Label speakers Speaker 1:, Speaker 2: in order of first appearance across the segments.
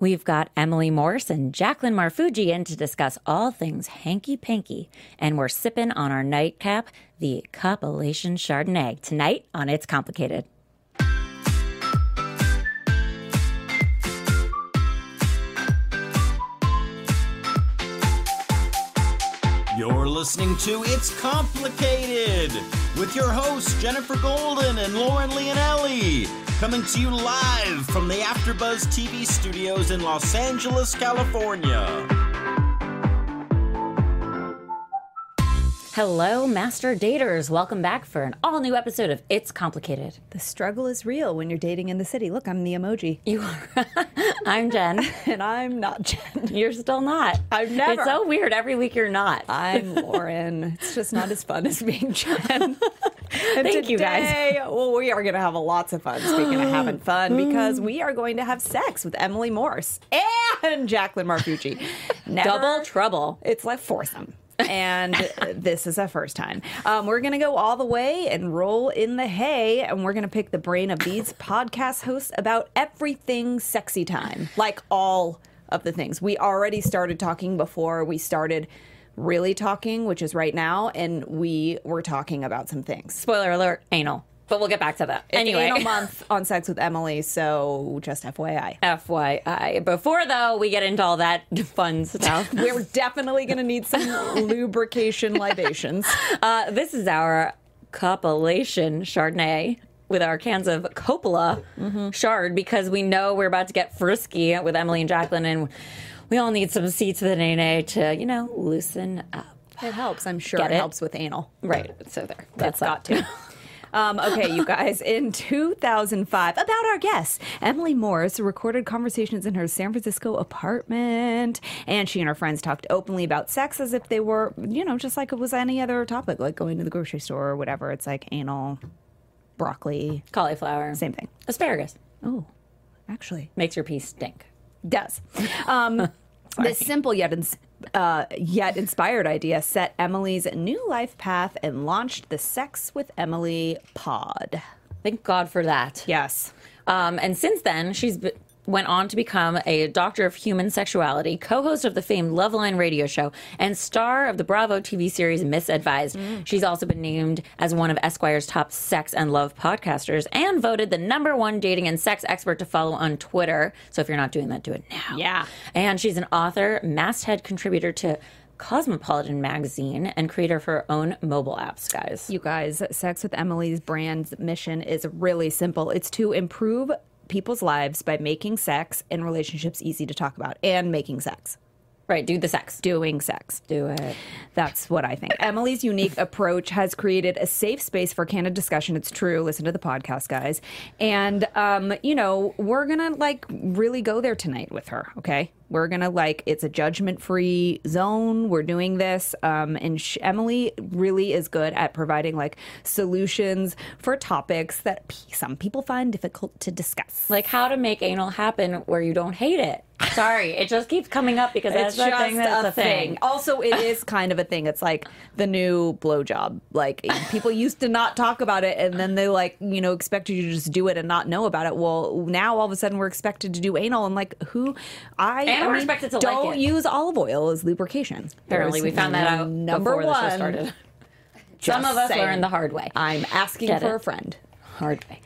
Speaker 1: We've got Emily Morse and Jacqueline Marfuji in to discuss all things hanky panky, and we're sipping on our nightcap, the Compilation Chardonnay, tonight on It's Complicated.
Speaker 2: You're listening to It's Complicated with your hosts Jennifer Golden and Lauren Leonelli, coming to you live from the AfterBuzz TV studios in Los Angeles, California.
Speaker 1: Hello, Master Daters. Welcome back for an all new episode of It's Complicated.
Speaker 3: The struggle is real when you're dating in the city. Look, I'm the emoji.
Speaker 1: You are. I'm Jen.
Speaker 3: And I'm not Jen.
Speaker 1: You're still not.
Speaker 3: I've never.
Speaker 1: It's so weird. Every week you're not.
Speaker 3: I'm Lauren. It's just not as fun as being Jen. And
Speaker 1: Thank you, guys.
Speaker 3: today, Well, we are going to have a lots of fun. Speaking of having fun, because we are going to have sex with Emily Morse and Jacqueline Marfucci. Never-
Speaker 1: Double trouble.
Speaker 3: It's like foursome. and this is our first time. Um, we're going to go all the way and roll in the hay, and we're going to pick the brain of these podcast hosts about everything sexy time, like all of the things. We already started talking before we started really talking, which is right now, and we were talking about some things.
Speaker 1: Spoiler alert, anal. But we'll get back to that. anyway.
Speaker 3: Anal month on Sex with Emily, so just FYI.
Speaker 1: FYI. Before though, we get into all that fun stuff.
Speaker 3: We're definitely going to need some lubrication libations.
Speaker 1: uh, this is our compilation Chardonnay with our cans of Coppola Chard because we know we're about to get frisky with Emily and Jacqueline, and we all need some seats of the nene to you know loosen up.
Speaker 3: It helps, I'm sure.
Speaker 1: Get
Speaker 3: It
Speaker 1: it?
Speaker 3: helps with anal.
Speaker 1: Right. So there. That's
Speaker 3: got
Speaker 1: that.
Speaker 3: to. Um, okay, you guys, in 2005, about our guest, Emily Morris recorded conversations in her San Francisco apartment. And she and her friends talked openly about sex as if they were, you know, just like it was any other topic, like going to the grocery store or whatever. It's like anal, broccoli,
Speaker 1: Cauliflower.
Speaker 3: same thing.
Speaker 1: Asparagus
Speaker 3: Oh, actually,
Speaker 1: makes your pee stink.
Speaker 3: does. Um, this simple yet ins- uh, yet inspired idea set Emily's new life path and launched the Sex with Emily pod.
Speaker 1: Thank God for that.
Speaker 3: Yes.
Speaker 1: Um, and since then, she's b- went on to become a doctor of human sexuality, co-host of the famed Loveline radio show, and star of the Bravo TV series Misadvised.
Speaker 3: Mm.
Speaker 1: She's also been named as one of Esquire's top sex and love podcasters, and voted the number one dating and sex expert to follow on Twitter. So if you're not doing that, do it now.
Speaker 3: Yeah.
Speaker 1: And she's an author, masthead contributor to. Cosmopolitan magazine and creator of her own mobile apps, guys.
Speaker 3: You guys, Sex with Emily's brand's mission is really simple it's to improve people's lives by making sex and relationships easy to talk about and making sex,
Speaker 1: Right, do the sex.
Speaker 3: doing sex.
Speaker 1: Do it.
Speaker 3: That's what I think. Emily's unique approach has created a safe space for candid discussion. It's true. Listen to the podcast, guys. And, um, you know, we're going to like really go there tonight with her. Okay. We're going to like, it's a judgment free zone. We're doing this. Um, and sh- Emily really is good at providing like solutions for topics that p- some people find difficult to discuss.
Speaker 1: like how to make anal happen where you don't hate it. Sorry, it just keeps coming up because that's the thing. That's the thing.
Speaker 3: Also, it is kind of a thing. It's like the new blowjob. Like people used to not talk about it, and then they like you know expected you to just do it and not know about it. Well, now all of a sudden we're expected to do anal, and like who I
Speaker 1: And
Speaker 3: I
Speaker 1: we're
Speaker 3: mean,
Speaker 1: expected to like
Speaker 3: don't
Speaker 1: it.
Speaker 3: use olive oil as lubrication.
Speaker 1: Apparently, we
Speaker 3: There's
Speaker 1: found that out
Speaker 3: Number
Speaker 1: before
Speaker 3: one,
Speaker 1: the show started.
Speaker 3: Just
Speaker 1: Some of us
Speaker 3: saying.
Speaker 1: learned the hard way.
Speaker 3: I'm asking
Speaker 1: Get
Speaker 3: for
Speaker 1: it.
Speaker 3: a friend.
Speaker 1: hard way.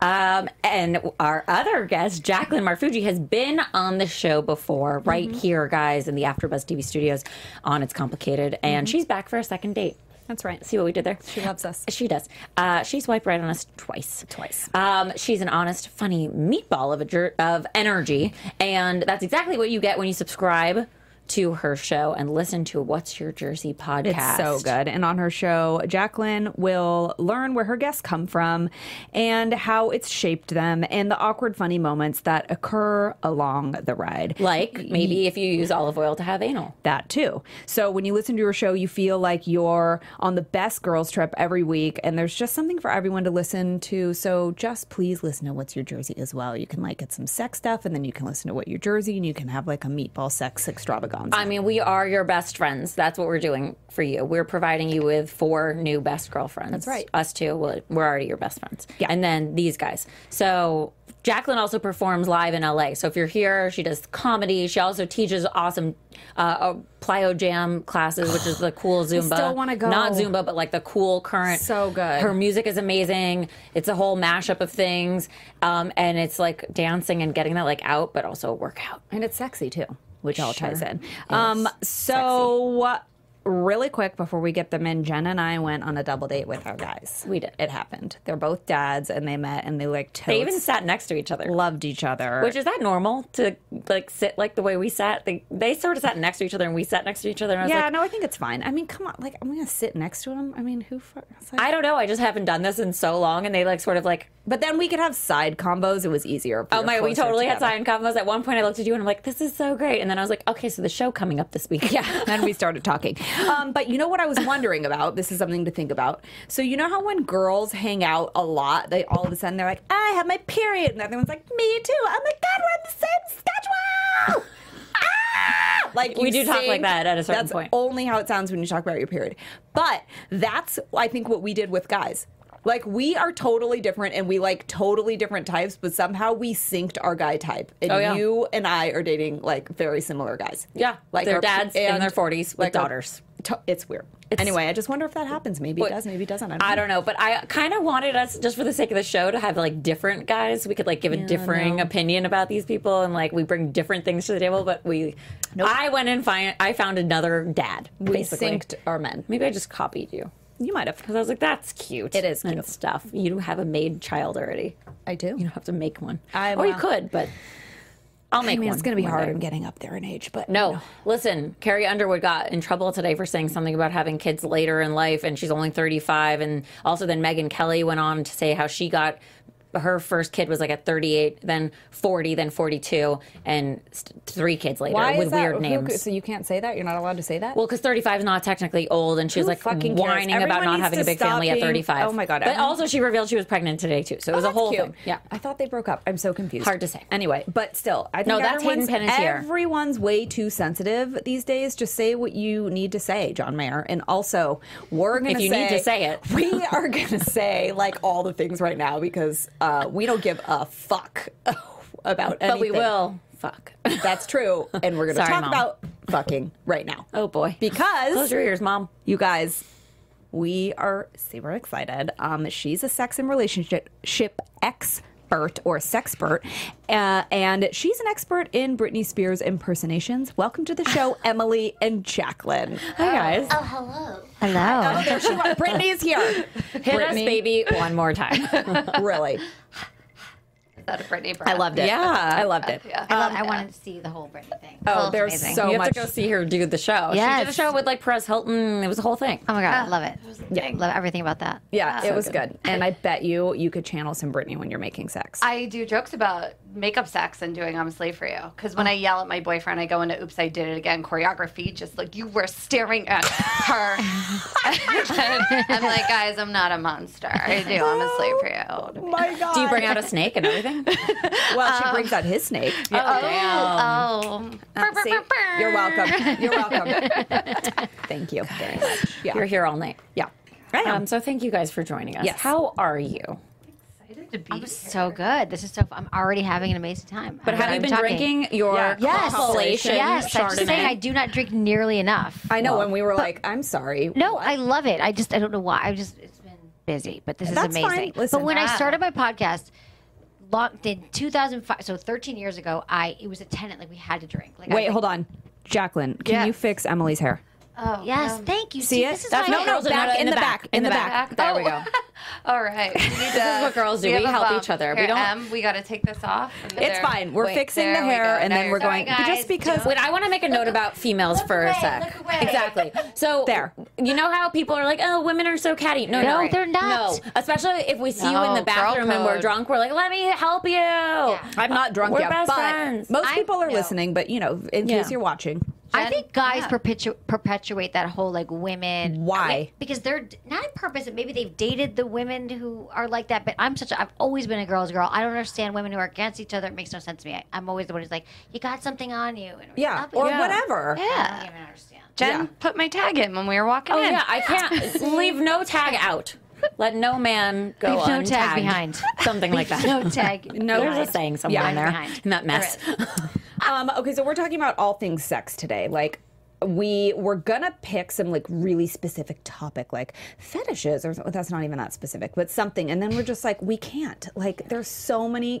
Speaker 1: Um, and our other guest, Jacqueline Marfuji, has been on the show before, right
Speaker 3: Mm-hmm.
Speaker 1: here, guys, in the AfterBuzz TV studios on It's Complicated, and she's back for a second date.
Speaker 3: That's right.
Speaker 1: See what we did there?
Speaker 3: Mm-hmm. She loves us.
Speaker 1: She does. Uh, she swiped right on us twice.
Speaker 3: Twice.
Speaker 1: Um, she's an honest, funny meatball of a jer- of energy, and that's exactly what you get when you subscribe to her show and listen to What's Your Jersey podcast.
Speaker 3: It's so good. And on her show, Jacqueline will learn where her guests come from and how it's shaped them and the awkward, funny moments that occur along the ride.
Speaker 1: Like maybe if you use olive oil to have anal.
Speaker 3: that too. So when you listen to her show, you feel like you're on the best girls trip every week, and there's just something for everyone to listen to. So just please listen to What's Your Jersey as well. You can like get some sex stuff, and then you can listen to What Your Jersey, and you can have like a meatball sex bombs.
Speaker 1: I mean, we are your best friends. That's what we're doing for you. We're providing you with four new best girlfriends. That's
Speaker 3: right.
Speaker 1: Us two, well, we're already your best friends. Yeah. And then these guys. So Jacqueline also performs live in LA. So if you're here, she does comedy. She also teaches awesome uh, uh, plyo jam classes, which is the cool Zumba.
Speaker 3: still wanna go.
Speaker 1: Not Zumba, but like the cool current.
Speaker 3: So good.
Speaker 1: Her music is amazing. It's a whole mashup of things. Um, and it's like dancing and getting that like out, but also a workout.
Speaker 3: and it's sexy too, which all ties
Speaker 1: Sure
Speaker 3: in.
Speaker 1: is
Speaker 3: Um, so really quick before we get them in, Jen and I went on a double date with our guys.
Speaker 1: We did.
Speaker 3: It happened. They're both dads, and they met, and they like totes,
Speaker 1: They even sat next to each other.
Speaker 3: loved each other.
Speaker 1: Which is that normal to like sit like the way we sat? They, they sort of sat next to each other and we sat next to each other. And I was
Speaker 3: yeah,
Speaker 1: like,
Speaker 3: no, I think it's fine. I mean, come on, like I'm gonna sit next to him. I mean, who? For, it's like-
Speaker 1: I don't know. I just haven't done this in so long. And they like sort of like,
Speaker 3: but then we could have side combos. It was easier. if
Speaker 1: oh
Speaker 3: were
Speaker 1: my, we
Speaker 3: closer
Speaker 1: totally had sign
Speaker 3: together.
Speaker 1: combos. At one point, I looked at you and I'm like, this is so great. And then I was like, okay, so the show coming up this week.
Speaker 3: Yeah. then we started talking. Um, but you know what I was wondering about? This is something to think about. So you know how when girls hang out a lot, they all of a sudden they're like, I have my period, and the other one's like, Me too. Oh my god, we're on the same schedule. Ah! Like
Speaker 1: We
Speaker 3: you
Speaker 1: do talk
Speaker 3: sing-
Speaker 1: like that at a certain
Speaker 3: that's
Speaker 1: point.
Speaker 3: Only how it sounds when you talk about your period. But that's I think what we did with guys. Like we are totally different and we like totally different types, but somehow we synced our guy type. And
Speaker 1: Oh, yeah.
Speaker 3: you and I are dating like very similar guys.
Speaker 1: Yeah, they're
Speaker 3: our-
Speaker 1: dads in
Speaker 3: and
Speaker 1: their 40s with
Speaker 3: our-
Speaker 1: daughters.
Speaker 3: to- it's weird. anyway, I just wonder if that happens. Maybe it does. Maybe it doesn't. I don't.
Speaker 1: I don't know, but I kind of wanted us just for the sake of the show to have like different guys. We could like give a differing opinion about these people, and like we bring different things to the table. But we, I went and find I found another dad.
Speaker 3: We
Speaker 1: basically.
Speaker 3: synced our men.
Speaker 1: Maybe I just copied you
Speaker 3: You might have.
Speaker 1: because I was like, "That's cute."
Speaker 3: It is
Speaker 1: and
Speaker 3: cute.
Speaker 1: stuff. You have a made child already.
Speaker 3: I do.
Speaker 1: You don't have to make one,
Speaker 3: I
Speaker 1: or you
Speaker 3: will.
Speaker 1: could, but I'll make
Speaker 3: I mean,
Speaker 1: one.
Speaker 3: it's going to be
Speaker 1: one
Speaker 3: hard.
Speaker 1: day.
Speaker 3: I'm getting up there in age, but
Speaker 1: No, listen, Carrie Underwood got in trouble today for saying something about having kids later in life, and she's only 35. And also, then Megan Kelly went on to say how she got her first kid was like at 38, then 40, then 42, and st- three kids later
Speaker 3: Why
Speaker 1: with
Speaker 3: is that?
Speaker 1: weird
Speaker 3: Who-
Speaker 1: names.
Speaker 3: so you can't say that. You're not allowed to say that.
Speaker 1: Well, because 35 is not technically old, and she was
Speaker 3: Who
Speaker 1: like
Speaker 3: fucking cares?
Speaker 1: whining about
Speaker 3: Everyone
Speaker 1: not
Speaker 3: needs
Speaker 1: having
Speaker 3: to
Speaker 1: a big
Speaker 3: stop
Speaker 1: family at
Speaker 3: being-
Speaker 1: 35.
Speaker 3: oh my God,
Speaker 1: But
Speaker 3: everyone-
Speaker 1: also, she revealed she was pregnant today, too. So it was
Speaker 3: Oh,
Speaker 1: a
Speaker 3: that's
Speaker 1: whole
Speaker 3: cute.
Speaker 1: thing. Yeah.
Speaker 3: I thought they broke up. I'm so confused.
Speaker 1: Hard to say.
Speaker 3: Anyway, but still, I think
Speaker 1: No, that's Hayden
Speaker 3: everyone's-
Speaker 1: Panettiere.
Speaker 3: Everyone's way too sensitive these days. Just say what you need to say, John Mayer. And also, we're going
Speaker 1: If you need to say it.
Speaker 3: we are going to say like all the things right now because uh, we don't give a fuck about anything.
Speaker 1: But we will. Fuck.
Speaker 3: That's true. And we're going to
Speaker 1: Sorry,
Speaker 3: talk
Speaker 1: Mom.
Speaker 3: about fucking right now.
Speaker 1: Oh, boy. Close
Speaker 3: Because
Speaker 1: your ears, Mom.
Speaker 3: you guys, we are super excited. Um, she's a sex and relationship ship expert or sexpert, uh, and she's an expert in Britney Spears impersonations. Welcome to the show, Emily and Jacqueline.
Speaker 1: Hi, guys.
Speaker 4: Oh, hello.
Speaker 3: Oh, there she was. Brittany's here.
Speaker 1: Hit us,
Speaker 3: Brittany.
Speaker 1: baby, one more time.
Speaker 3: Really,
Speaker 4: Is that a Britney
Speaker 3: I loved it.
Speaker 5: Yeah.
Speaker 3: I loved it.
Speaker 4: Yeah. I, love- I wanted to see the whole Britney thing.
Speaker 3: Oh,
Speaker 4: it's
Speaker 3: there's
Speaker 4: amazing.
Speaker 3: so
Speaker 1: you
Speaker 3: much.
Speaker 1: have to go see her do the show. She did a
Speaker 5: Yes.
Speaker 1: show with like Perez Hilton. It was a whole thing.
Speaker 5: Oh my god, I love it.
Speaker 3: Yeah.
Speaker 5: Love everything about that.
Speaker 3: yeah, it was good. and I bet you you could channel some Britney when you're making sex.
Speaker 4: I do jokes about makeup sex and doing I'm a slave for you. Because
Speaker 5: Oh.
Speaker 4: when I yell at my boyfriend, I go into Oops, I did it again choreography, just like you were staring at her. And I'm like, guys, I'm not a monster. I do I'm a slave for you.
Speaker 3: my God!
Speaker 1: Do you bring out a snake and everything?
Speaker 3: Well, she brings out his snake.
Speaker 1: Oh,
Speaker 4: Oh. Brr, brr,
Speaker 3: Uh, See?
Speaker 4: brr, brr.
Speaker 3: You're welcome. You're welcome. Thank you very much. Yeah.
Speaker 1: You're here all night.
Speaker 3: Yeah. I am.
Speaker 1: Um, so thank you guys for joining us.
Speaker 3: Yes.
Speaker 1: How are you?
Speaker 4: Excited to be
Speaker 5: I'm so good. This is so. I'm already having an amazing time.
Speaker 1: But have you been drinking your
Speaker 3: Yeah.
Speaker 5: Yes.
Speaker 1: compilation
Speaker 5: Yes. I'm just
Speaker 1: Chardonnay?
Speaker 5: saying I do not drink nearly enough.
Speaker 3: I know when we were like, I'm sorry.
Speaker 5: No, I love it. I just I don't know why. I just it's been busy, but this
Speaker 3: That's
Speaker 5: is
Speaker 3: fine.
Speaker 5: amazing.
Speaker 3: Listen,
Speaker 5: but when
Speaker 3: ah.
Speaker 5: I started my podcast, locked in 2005, so 13 years ago, I it was a tenant like we had to drink. Like I
Speaker 3: Wait,
Speaker 5: was
Speaker 3: hold on. Jacqueline, can
Speaker 4: Yes.
Speaker 3: you fix Emile's hair?
Speaker 4: Oh,
Speaker 5: like, Yes,
Speaker 4: um,
Speaker 5: thank you.
Speaker 3: See it?
Speaker 5: this is
Speaker 1: That's
Speaker 5: why
Speaker 1: no,
Speaker 5: I-
Speaker 1: no, no, no, in the back, in the back.
Speaker 4: back.
Speaker 1: There we go.
Speaker 4: Oh. All right. this
Speaker 1: is what girls do. We help each other. We
Speaker 4: Here,
Speaker 1: don't-
Speaker 4: Em, we got to take this off.
Speaker 3: It's fine. We're fixing the hair and then we're going. but just because.
Speaker 1: Wait, I want to make a note about females for
Speaker 4: away,
Speaker 1: a sec.
Speaker 4: look away.
Speaker 1: Exactly. So
Speaker 3: There.
Speaker 1: you know how people are like, "Oh, women are so catty." No,
Speaker 5: No,
Speaker 1: no,
Speaker 5: they're not.
Speaker 1: No, especially if we see you in
Speaker 4: No,
Speaker 1: the
Speaker 4: girl
Speaker 1: bathroom and we're
Speaker 4: code.
Speaker 1: drunk, we're like, "Let me help you."
Speaker 3: I'm not drunk
Speaker 1: We're
Speaker 3: yet.
Speaker 1: best
Speaker 3: but
Speaker 1: friends.
Speaker 3: Most
Speaker 5: I-
Speaker 3: people are
Speaker 5: no.
Speaker 3: listening, but you know, in
Speaker 1: Yeah.
Speaker 3: case you're watching,
Speaker 5: I
Speaker 4: Jen-
Speaker 5: think guys
Speaker 4: yeah.
Speaker 5: perpetu- perpetuate that whole like women.
Speaker 3: Why?
Speaker 5: Because they're d- not on purpose. But maybe they've dated the women who are like that. But I'm such. A, I've always been a girl's girl. I don't understand women who are against each other. It makes no sense to me. I, I'm always the one who's like, you got something on you. And
Speaker 3: Yeah,
Speaker 5: up
Speaker 3: or
Speaker 5: and-
Speaker 3: whatever.
Speaker 5: I don't even understand.
Speaker 4: Jen
Speaker 3: Yeah.
Speaker 4: put my tag in when we were walking
Speaker 1: Oh
Speaker 4: in.
Speaker 1: yeah, I can't leave no tag out. Let no man go
Speaker 5: Leave no tag
Speaker 1: untagged.
Speaker 5: behind.
Speaker 1: Something like that.
Speaker 5: No tag.
Speaker 3: No
Speaker 1: There's
Speaker 3: behind.
Speaker 1: a saying somewhere
Speaker 5: Yeah.
Speaker 1: in there
Speaker 5: Behind.
Speaker 1: in that mess.
Speaker 3: Um, okay, so we're talking about all things sex today. Like we were gonna pick some like really specific topic, like fetishes, or well, that's not even that specific, but something. And then we're just like, we can't. Like there's so many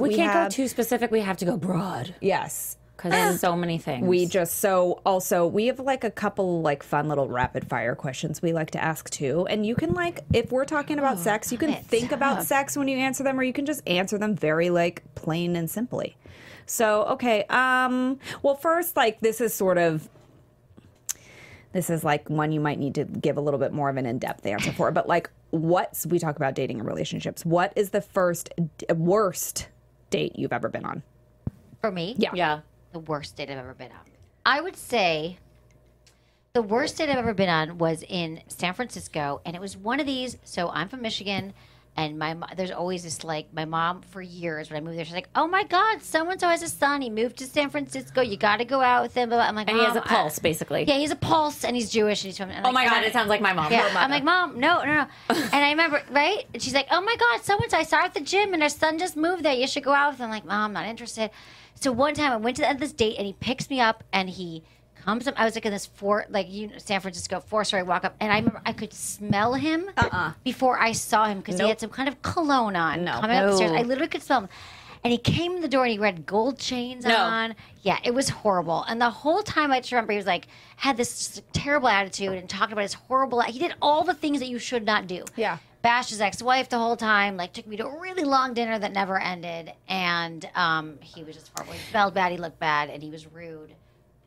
Speaker 1: We,
Speaker 3: We,
Speaker 1: can't
Speaker 3: have.
Speaker 1: go too specific. We have to go broad
Speaker 3: Yes.
Speaker 1: because there's so many things.
Speaker 3: We just so also we have like a couple like fun little rapid fire questions we like to ask too, and you can like if we're talking about sex, you can think about sex when you answer them, or you can just answer them very like plain and simply. So okay, um, well first like this is sort of this is like one you might need to give a little bit more of an in-depth answer for, but like what's we talk about dating and relationships? What is the first d- worst date you've ever been on?
Speaker 5: For me,
Speaker 3: Yeah.
Speaker 1: yeah.
Speaker 5: the worst date I've ever been on. I would say the worst date I've ever been on was in San Francisco, and it was one of these. So I'm from Michigan, and my mo- there's always this like my mom for years when I moved there, she's like, "Oh my God, someone so has a son. He moved to San Francisco. You got to go out with him." Blah, blah. I'm like,
Speaker 1: And he has a
Speaker 5: "Mom, Um, I-
Speaker 1: pulse, basically.
Speaker 5: yeah, he's a pulse, and he's Jewish, and he's from. and
Speaker 1: oh
Speaker 5: like,
Speaker 1: my
Speaker 5: I
Speaker 1: god,
Speaker 5: don't-
Speaker 1: it sounds like my mom.
Speaker 5: yeah, I'm like, Mom, no, no, no. And I remember, right? And she's like, Oh my God, someone's, I saw her at the gym and her son just moved there. You should go out with him. I'm like, Mom, I'm not interested. So one time I went to the end of this date and he picks me up and he comes up. I was like in this four, like you know, San Francisco four story walk up. And I remember I could smell him before I saw him because he had some kind of cologne on
Speaker 3: No.
Speaker 5: coming up the stairs.
Speaker 1: No.
Speaker 5: I literally could smell him. And he came in the door and he had gold chains
Speaker 1: No.
Speaker 5: on. Yeah, it was horrible. And the whole time I just remember he was like, had this terrible attitude and talked about his horrible. He did all the things that you should not do.
Speaker 3: Yeah.
Speaker 5: Bashed his ex wife the whole time, like, took me to a really long dinner that never ended. And um, he was just horrible. He smelled bad, he looked bad, and he was rude.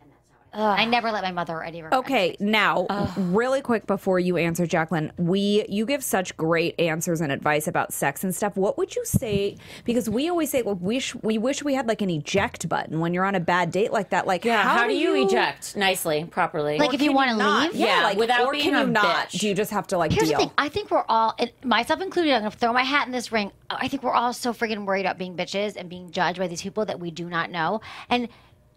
Speaker 5: And that's how it ended. I never let my mother or any of her friends-
Speaker 3: Okay, now really quick before you answer, Jacqueline, we you give such great answers and advice about sex and stuff. What would you say? Because we always say, well, wish we wish we had like an eject button when you're on a bad date like that. Like,
Speaker 1: How, do you, eject nicely, properly?
Speaker 5: Like, if you want to leave,
Speaker 1: Yeah, without
Speaker 3: or
Speaker 1: being
Speaker 3: can
Speaker 1: a
Speaker 3: you not?
Speaker 1: bitch.
Speaker 3: Do you just have to like
Speaker 5: Here's
Speaker 3: deal?
Speaker 5: the thing. I think we're all, and myself included, I'm going to throw my hat in this ring. I think we're all so freaking worried about being bitches and being judged by these people that we do not know. And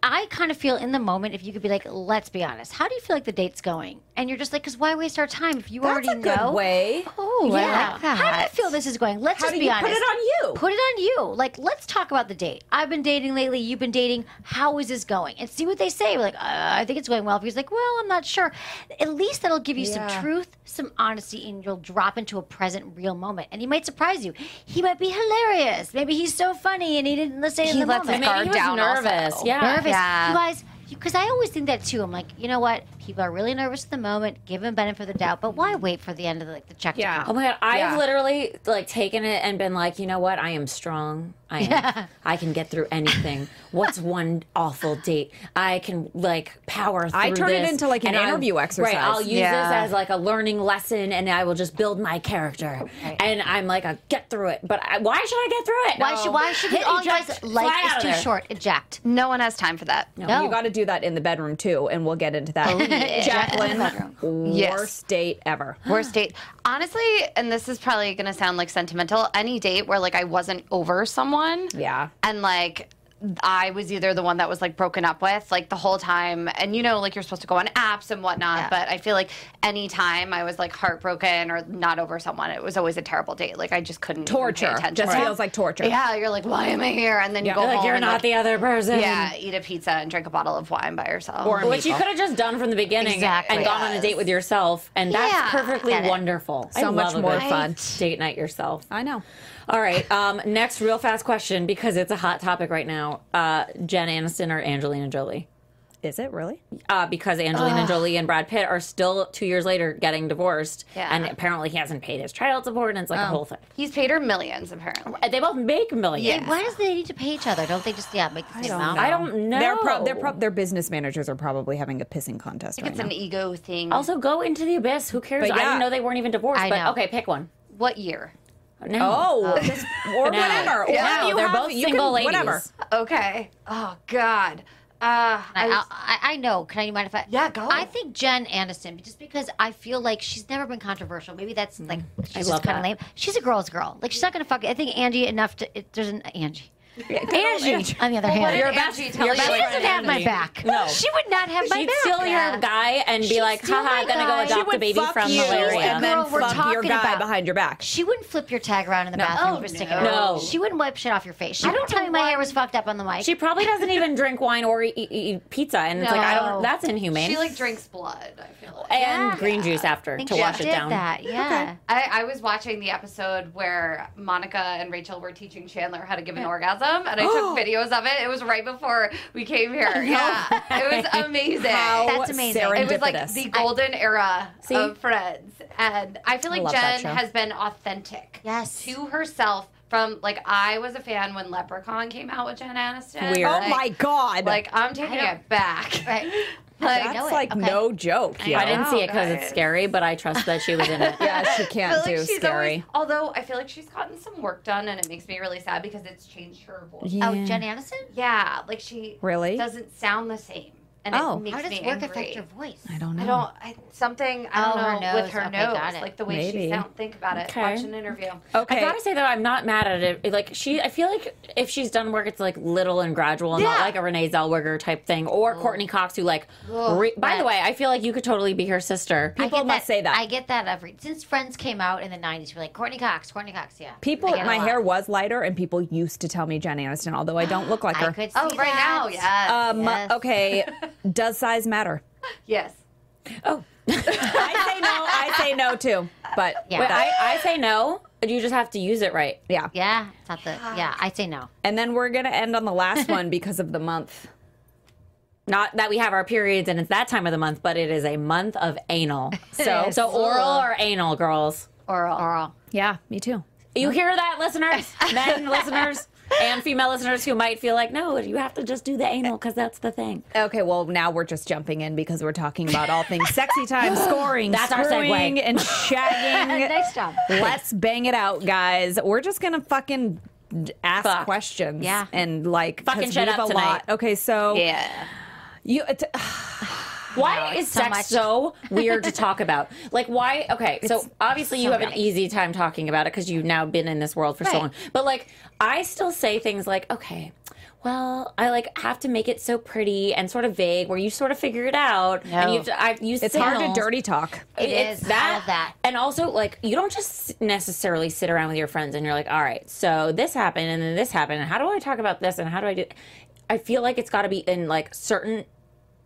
Speaker 5: I kind of feel in the moment, if you could be like, let's be honest, how do you feel like the date's going? And you're just like, because why waste our time if you
Speaker 3: That's
Speaker 5: already
Speaker 3: a good
Speaker 5: know?
Speaker 3: way.
Speaker 5: Oh,
Speaker 4: I
Speaker 5: yeah.
Speaker 4: like
Speaker 5: How do you
Speaker 4: that.
Speaker 5: feel this is going? Let's
Speaker 3: How
Speaker 5: just
Speaker 3: do
Speaker 5: be
Speaker 3: you
Speaker 5: honest.
Speaker 3: put it on you?
Speaker 5: Put it on you. Like, let's talk about the date. I've been dating lately. You've been dating. How is this going? And see what they say. We're like, uh, I think it's going well. If he's like, well, I'm not sure. At least that'll give you
Speaker 3: Yeah.
Speaker 5: some truth, some honesty, and you'll drop into a present, real moment. And he might surprise you. He might be hilarious. Maybe he's so funny and he didn't let's say in
Speaker 4: He
Speaker 5: the
Speaker 4: lets his
Speaker 5: moment
Speaker 1: Maybe
Speaker 4: guard
Speaker 1: he was
Speaker 4: down. also.
Speaker 1: nervous. Yeah.
Speaker 5: nervous.
Speaker 4: Yeah.
Speaker 5: You guys, because I always think that too. I'm like, you know what? People are really nervous at the moment. Give them benefit of the doubt, but why wait for the end of the, like the check?
Speaker 3: Yeah.
Speaker 5: To
Speaker 1: Oh
Speaker 5: come?
Speaker 1: my god, I've
Speaker 3: Yeah.
Speaker 1: literally like taken it and been like, you know what? I am strong. I am, I can get through anything. What's one awful date? I can like power through
Speaker 3: I turn it
Speaker 1: this,
Speaker 3: into, like, an
Speaker 1: and I'm-
Speaker 3: interview exercise.
Speaker 1: Right, I'll use
Speaker 4: Yeah.
Speaker 1: this as like a learning lesson and I will just build my character. And I'm like, I'll get through it. But I, why should I get through it?
Speaker 5: Why should why should we
Speaker 1: Hit
Speaker 5: all you guys
Speaker 1: eject, fly
Speaker 5: life
Speaker 1: out
Speaker 5: is
Speaker 1: of
Speaker 5: too
Speaker 1: there.
Speaker 5: short? Eject.
Speaker 4: No one has time for that.
Speaker 3: You got to do that in the bedroom too, and we'll get into that. Jacqueline,
Speaker 4: Yes.
Speaker 3: worst date ever.
Speaker 4: Worst date. Honestly, and this is probably going to sound like sentimental, any date where like I wasn't over someone.
Speaker 3: Yeah.
Speaker 4: And like I was either the one that was like broken up with like the whole time. And you know, like you're supposed to go on apps and whatnot,
Speaker 5: Yeah.
Speaker 4: but I feel like any time I was like heartbroken or not over someone, it was always a terrible date. Like I just couldn't even pay
Speaker 3: Torture.
Speaker 4: attention.
Speaker 3: Just
Speaker 4: Yeah.
Speaker 3: feels like torture.
Speaker 4: Yeah, you're like, why am I here? And then
Speaker 3: Yeah.
Speaker 4: you go
Speaker 3: You're like,
Speaker 4: home
Speaker 1: Like you're
Speaker 4: and,
Speaker 1: not
Speaker 4: like,
Speaker 1: the other person.
Speaker 4: yeah, eat a pizza and drink a bottle of wine by yourself.
Speaker 3: Or a
Speaker 1: Which you could have just done from the beginning
Speaker 5: Exactly.
Speaker 1: and gone on a date with yourself, and that's
Speaker 5: Yeah.
Speaker 1: perfectly
Speaker 5: Get it.
Speaker 1: wonderful.
Speaker 3: So
Speaker 1: I
Speaker 3: much
Speaker 1: love a
Speaker 3: more
Speaker 1: good
Speaker 3: fun.
Speaker 1: date night yourself.
Speaker 3: I know.
Speaker 1: All right. Um, next, real fast question because it's a hot topic right now. Uh, Jen Aniston or Angelina Jolie?
Speaker 3: Is it really?
Speaker 1: Uh, because Angelina Jolie and Brad Pitt are still two years later getting divorced,
Speaker 4: Yeah.
Speaker 1: and apparently he hasn't paid his child support, and it's like a
Speaker 5: Oh.
Speaker 1: whole thing.
Speaker 4: He's paid her millions apparently.
Speaker 1: And They both make millions.
Speaker 4: Yeah.
Speaker 5: Why does they need to pay each other? Don't they just yeah make the same amount?
Speaker 1: I don't know.
Speaker 3: Their pro- their pro- their business managers are probably having a pissing contest right
Speaker 4: It's
Speaker 3: now.
Speaker 4: an ego thing.
Speaker 1: also, go into the abyss. Who cares?
Speaker 3: But
Speaker 1: I
Speaker 3: yeah.
Speaker 1: didn't know they weren't even divorced.
Speaker 5: I
Speaker 1: but
Speaker 5: know.
Speaker 1: okay, pick one.
Speaker 4: what year?
Speaker 1: No.
Speaker 3: Oh, this- or
Speaker 1: No.
Speaker 3: whatever.
Speaker 1: No,
Speaker 3: Whatever you
Speaker 1: they're
Speaker 3: have,
Speaker 1: both
Speaker 3: you
Speaker 1: single
Speaker 3: can,
Speaker 1: ladies.
Speaker 3: Whatever.
Speaker 4: Okay. Oh God. Uh,
Speaker 5: I,
Speaker 4: I was-
Speaker 5: I, I know. Can I? You mind if I?
Speaker 4: Yeah, go.
Speaker 5: I think Jen Aniston, just because I feel like she's never been controversial. Maybe that's like she's
Speaker 1: Mm-hmm. love
Speaker 5: just kind
Speaker 1: that.
Speaker 5: of lame. She's a girl's girl. Like she's not gonna fuck. I think Angie enough to. It, there's an Angie. Angie. On the other
Speaker 4: what
Speaker 5: hand,
Speaker 4: did
Speaker 5: she
Speaker 4: Angie tell you?
Speaker 5: doesn't have my back.
Speaker 1: No.
Speaker 5: she would not have my
Speaker 1: She'd
Speaker 5: back.
Speaker 1: steal your
Speaker 4: Yeah.
Speaker 1: guy and be
Speaker 5: She'd
Speaker 1: like,
Speaker 5: steal
Speaker 1: haha,
Speaker 5: my
Speaker 1: gonna
Speaker 5: guy."
Speaker 1: go
Speaker 5: She
Speaker 1: adopt a baby from
Speaker 3: you
Speaker 1: malaria.
Speaker 5: She's
Speaker 3: and
Speaker 5: the
Speaker 3: then
Speaker 5: girl we're
Speaker 3: fuck your
Speaker 5: talking
Speaker 3: guy
Speaker 5: about.
Speaker 3: behind your back.
Speaker 5: She wouldn't flip your tag around in the bathroom
Speaker 4: Oh,
Speaker 5: for sticking
Speaker 4: no.
Speaker 5: it out.
Speaker 1: No.
Speaker 5: She wouldn't wipe shit off your face. She
Speaker 4: I
Speaker 5: wouldn't
Speaker 4: don't
Speaker 5: tell
Speaker 4: know
Speaker 5: you my hair
Speaker 4: why-
Speaker 5: was fucked up on the mic.
Speaker 1: She probably doesn't even drink wine or eat, eat, eat pizza, and it's like I
Speaker 5: No.
Speaker 1: don't. That's inhumane.
Speaker 4: she like drinks blood. I feel like.
Speaker 1: and
Speaker 5: Yeah.
Speaker 1: green juice
Speaker 5: I
Speaker 1: after
Speaker 5: think
Speaker 1: to
Speaker 5: she
Speaker 1: wash
Speaker 5: did
Speaker 1: it down.
Speaker 5: that. Yeah.
Speaker 4: I, I was watching the episode where Monica and Rachel were teaching Chandler how to give an orgasm, and I took videos of it. It was right before we came here. Yeah, it was amazing.
Speaker 5: That's amazing.
Speaker 4: it was like
Speaker 3: serendipitous.
Speaker 4: the golden era
Speaker 1: See?
Speaker 4: of Friends, and I feel like
Speaker 1: love that
Speaker 4: Jen
Speaker 1: show.
Speaker 4: has been authentic,
Speaker 5: Yes.
Speaker 4: to herself. From like, I was a fan when Leprechaun came out with Jen Aniston.
Speaker 1: Weird.
Speaker 4: Like-
Speaker 1: Oh
Speaker 3: god.
Speaker 4: Like I'm taking
Speaker 5: don't-
Speaker 4: it back.
Speaker 5: Right.
Speaker 4: Like,
Speaker 5: I know
Speaker 3: that's
Speaker 5: it.
Speaker 3: like
Speaker 5: Okay.
Speaker 3: no joke. Yeah.
Speaker 1: I didn't see it because it's
Speaker 4: guys.
Speaker 1: scary, but I trust that she was in it.
Speaker 3: yeah, she
Speaker 4: I feel
Speaker 3: can't
Speaker 4: like
Speaker 3: do
Speaker 4: she's
Speaker 3: scary.
Speaker 4: Always, although I feel like she's gotten some work done, and it makes me really sad because it's changed her voice. Yeah,
Speaker 5: Oh, Jen Aniston?
Speaker 4: like she
Speaker 3: Really?
Speaker 4: doesn't sound the same, and
Speaker 3: Oh.
Speaker 4: it makes
Speaker 5: How does
Speaker 4: me
Speaker 5: work
Speaker 4: angry.
Speaker 5: affect your voice?
Speaker 3: I don't know.
Speaker 4: I don't. I, something I don't
Speaker 5: Oh, her
Speaker 4: know with
Speaker 5: nose.
Speaker 4: her
Speaker 5: Okay,
Speaker 4: nose,
Speaker 5: got it.
Speaker 4: like the way
Speaker 3: Maybe. Oh.
Speaker 4: she sound. Think about it.
Speaker 1: Okay.
Speaker 4: Watch an interview.
Speaker 1: I
Speaker 3: okay.
Speaker 1: gotta say though, I'm not mad at it. Like she, I feel like if she's done work, it's like little and gradual, and not
Speaker 4: Yeah.
Speaker 1: like a Renee Zellweger type thing or Courtney Cox, who like. re- by the way, I feel like you could totally be her sister.
Speaker 5: I
Speaker 3: People
Speaker 5: get
Speaker 3: must
Speaker 5: that,
Speaker 3: say that.
Speaker 5: I get that every since Friends came out in the '90s. We're like Courtney Cox, Courtney Cox. Yeah.
Speaker 3: People,
Speaker 5: I get it a
Speaker 3: my
Speaker 5: lot.
Speaker 3: hair was lighter, and people used to tell me Jen Aniston, although I don't look like
Speaker 5: I
Speaker 3: her.
Speaker 5: could see
Speaker 4: Oh, right
Speaker 5: that.
Speaker 4: now, yes,
Speaker 3: um,
Speaker 5: yes.
Speaker 3: Okay, does size matter?
Speaker 4: yes.
Speaker 1: Oh,
Speaker 3: I say no. I say no too. But
Speaker 5: Yeah.
Speaker 1: wait, I, I say no. You just have to use it right.
Speaker 3: yeah.
Speaker 5: Yeah. It's not the. Yeah. I say no.
Speaker 3: And then we're gonna end on the last one because of the month.
Speaker 1: Not that we have our periods and it's that time of the month, but it is a month of anal. So,
Speaker 5: is.
Speaker 1: so oral or anal, girls.
Speaker 5: Oral. Oral.
Speaker 3: Yeah, me too.
Speaker 1: You hear that, listeners? Men listeners and female listeners who might feel like, no, you have to just do the anal because that's the thing.
Speaker 3: Okay, well now we're just jumping in because we're talking about all things sexy time, scoring,
Speaker 1: That's our
Speaker 3: screwing,
Speaker 1: segue.
Speaker 3: and shagging.
Speaker 5: nice job.
Speaker 3: Let's bang it out, guys. We're just gonna fucking d- ask
Speaker 1: Fuck.
Speaker 3: questions.
Speaker 5: Yeah.
Speaker 3: And like 'cause
Speaker 1: Fucking shut
Speaker 3: we have
Speaker 1: up
Speaker 3: a
Speaker 1: tonight.
Speaker 3: lot. Okay, so
Speaker 4: Yeah.
Speaker 3: you it's,
Speaker 1: Why is
Speaker 5: so
Speaker 1: sex
Speaker 5: much.
Speaker 1: so weird to talk about? Like, why? Okay, so obviously you
Speaker 5: so
Speaker 1: have an
Speaker 5: many.
Speaker 1: easy time talking about it because you've now been in this world for so
Speaker 5: Right.
Speaker 1: long. But like, I still say things like, okay, well, I like have to make it so pretty and sort of vague, where you sort of figure it out, and you have to. I use
Speaker 3: it's hard to
Speaker 1: signals.
Speaker 3: dirty talk.
Speaker 5: It
Speaker 1: it's
Speaker 5: is, all
Speaker 1: that,
Speaker 5: of that.
Speaker 1: and also like you don't just necessarily sit around with your friends and you're like, all right, so this happened and then this happened, and how do I talk about this and how do I do? I feel like it's got to be in like certain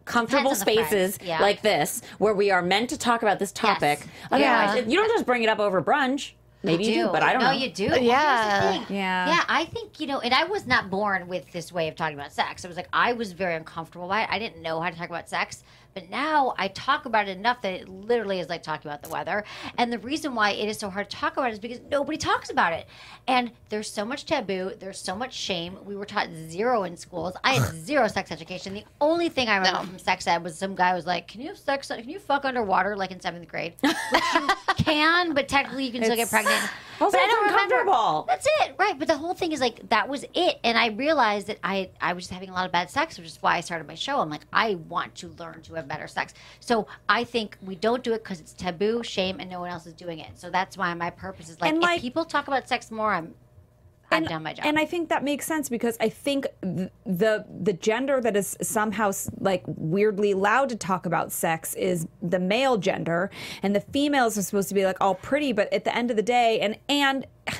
Speaker 1: comfortable
Speaker 5: Depends on the friends,
Speaker 1: spaces
Speaker 5: yeah.
Speaker 1: like this where we are meant to talk about this topic. Otherwise,
Speaker 5: Yeah.
Speaker 1: it- you don't just bring it up over brunch. Maybe you do, but I don't
Speaker 5: no,
Speaker 1: know.
Speaker 5: you do.
Speaker 4: yeah.
Speaker 5: Here's the thing.
Speaker 3: Yeah.
Speaker 5: Yeah. I think you know, and I was not born with this way of talking about sex. It was like I was very uncomfortable by it. I didn't know how to talk about sex, but now I talk about it enough that it literally is like talking about the weather. And the reason why it is so hard to talk about it is because nobody talks about it, and there's so much taboo. There's so much shame. We were taught zero in schools. I had zero sex education. The only thing I remember from sex ed was some guy was like, "Can you have sex? Can you fuck underwater?" Like in seventh grade, which you can, but technically you can still get
Speaker 3: It's-
Speaker 5: pregnant.
Speaker 1: also,
Speaker 5: But
Speaker 1: it's uncomfortable.
Speaker 5: That's it, right? But the whole thing is like that was it, and I realized that I I was just having a lot of bad sex, which is why I started my show. I'm like, I want to learn to have better sex, so I think we don't do it because it's taboo, shame, and no one else is doing it. So that's why my purpose is like,
Speaker 3: And, like-
Speaker 5: if people talk about sex more, I'm I've done my job.
Speaker 3: And I think that makes sense because I think th- the the gender that is somehow s- like weirdly allowed to talk about sex is the male gender, and the females are supposed to be like all pretty, but at the end of the day, and and.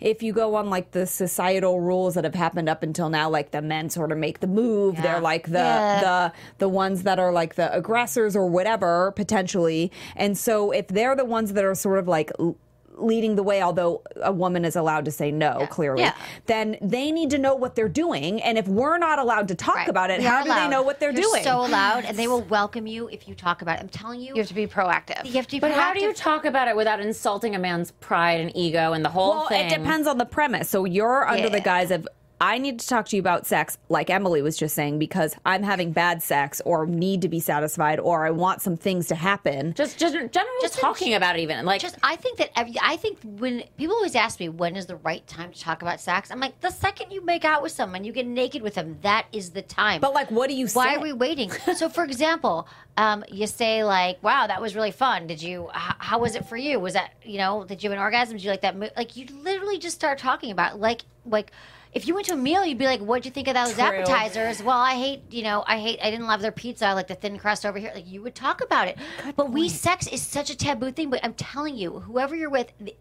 Speaker 3: If you go on like the societal rules that have happened up until now, like the men sort of make the move, they're like the
Speaker 5: Yeah.
Speaker 3: the the ones that are like the aggressors or whatever potentially, and so if they're the ones that are sort of like l- leading the way, although a woman is allowed to say no, clearly,
Speaker 4: Yeah.
Speaker 3: then they need to know what they're doing. And if we're not allowed to talk
Speaker 5: Right.
Speaker 3: about it,
Speaker 5: We
Speaker 3: how
Speaker 5: are
Speaker 3: do they
Speaker 5: allowed.
Speaker 3: know what they're
Speaker 5: You're
Speaker 3: doing?
Speaker 5: So allowed, and they will welcome you if you talk about it. I'm telling you,
Speaker 4: You have to be proactive.
Speaker 5: you have to be
Speaker 1: but how do
Speaker 5: proactive.
Speaker 1: you talk about it without insulting a man's pride and ego and the whole
Speaker 3: well,
Speaker 1: thing?
Speaker 3: it depends on the premise. So you're under the
Speaker 4: Yeah.
Speaker 3: guise of I need to talk to you about sex, like Emily was just saying, because I'm having bad sex or need to be satisfied or I want some things to happen.
Speaker 1: Just, just general
Speaker 5: Just in
Speaker 1: talking
Speaker 5: ge-
Speaker 1: about it even like
Speaker 5: just I think that every, I think when people always ask me when is the right time to talk about sex, I'm like the second you make out with someone, you get naked with them, that is the time.
Speaker 3: But like, what do you
Speaker 5: why
Speaker 3: say?
Speaker 5: are we waiting? so for example, um, you say like, "Wow, that was really fun. Did you? How, how was it for you? Was that you know? Did you have an orgasm? Did you like that? Mo-? Like you literally just start talking about like like." If you went to a meal, you'd be like, "What'd you think of those
Speaker 3: True.
Speaker 5: appetizers?" Well, I hate, you know, I hate, I didn't love their pizza. I like the thin crust over here. Like you would talk about it, but we sex is such a taboo thing. But I'm telling you, whoever you're with, th-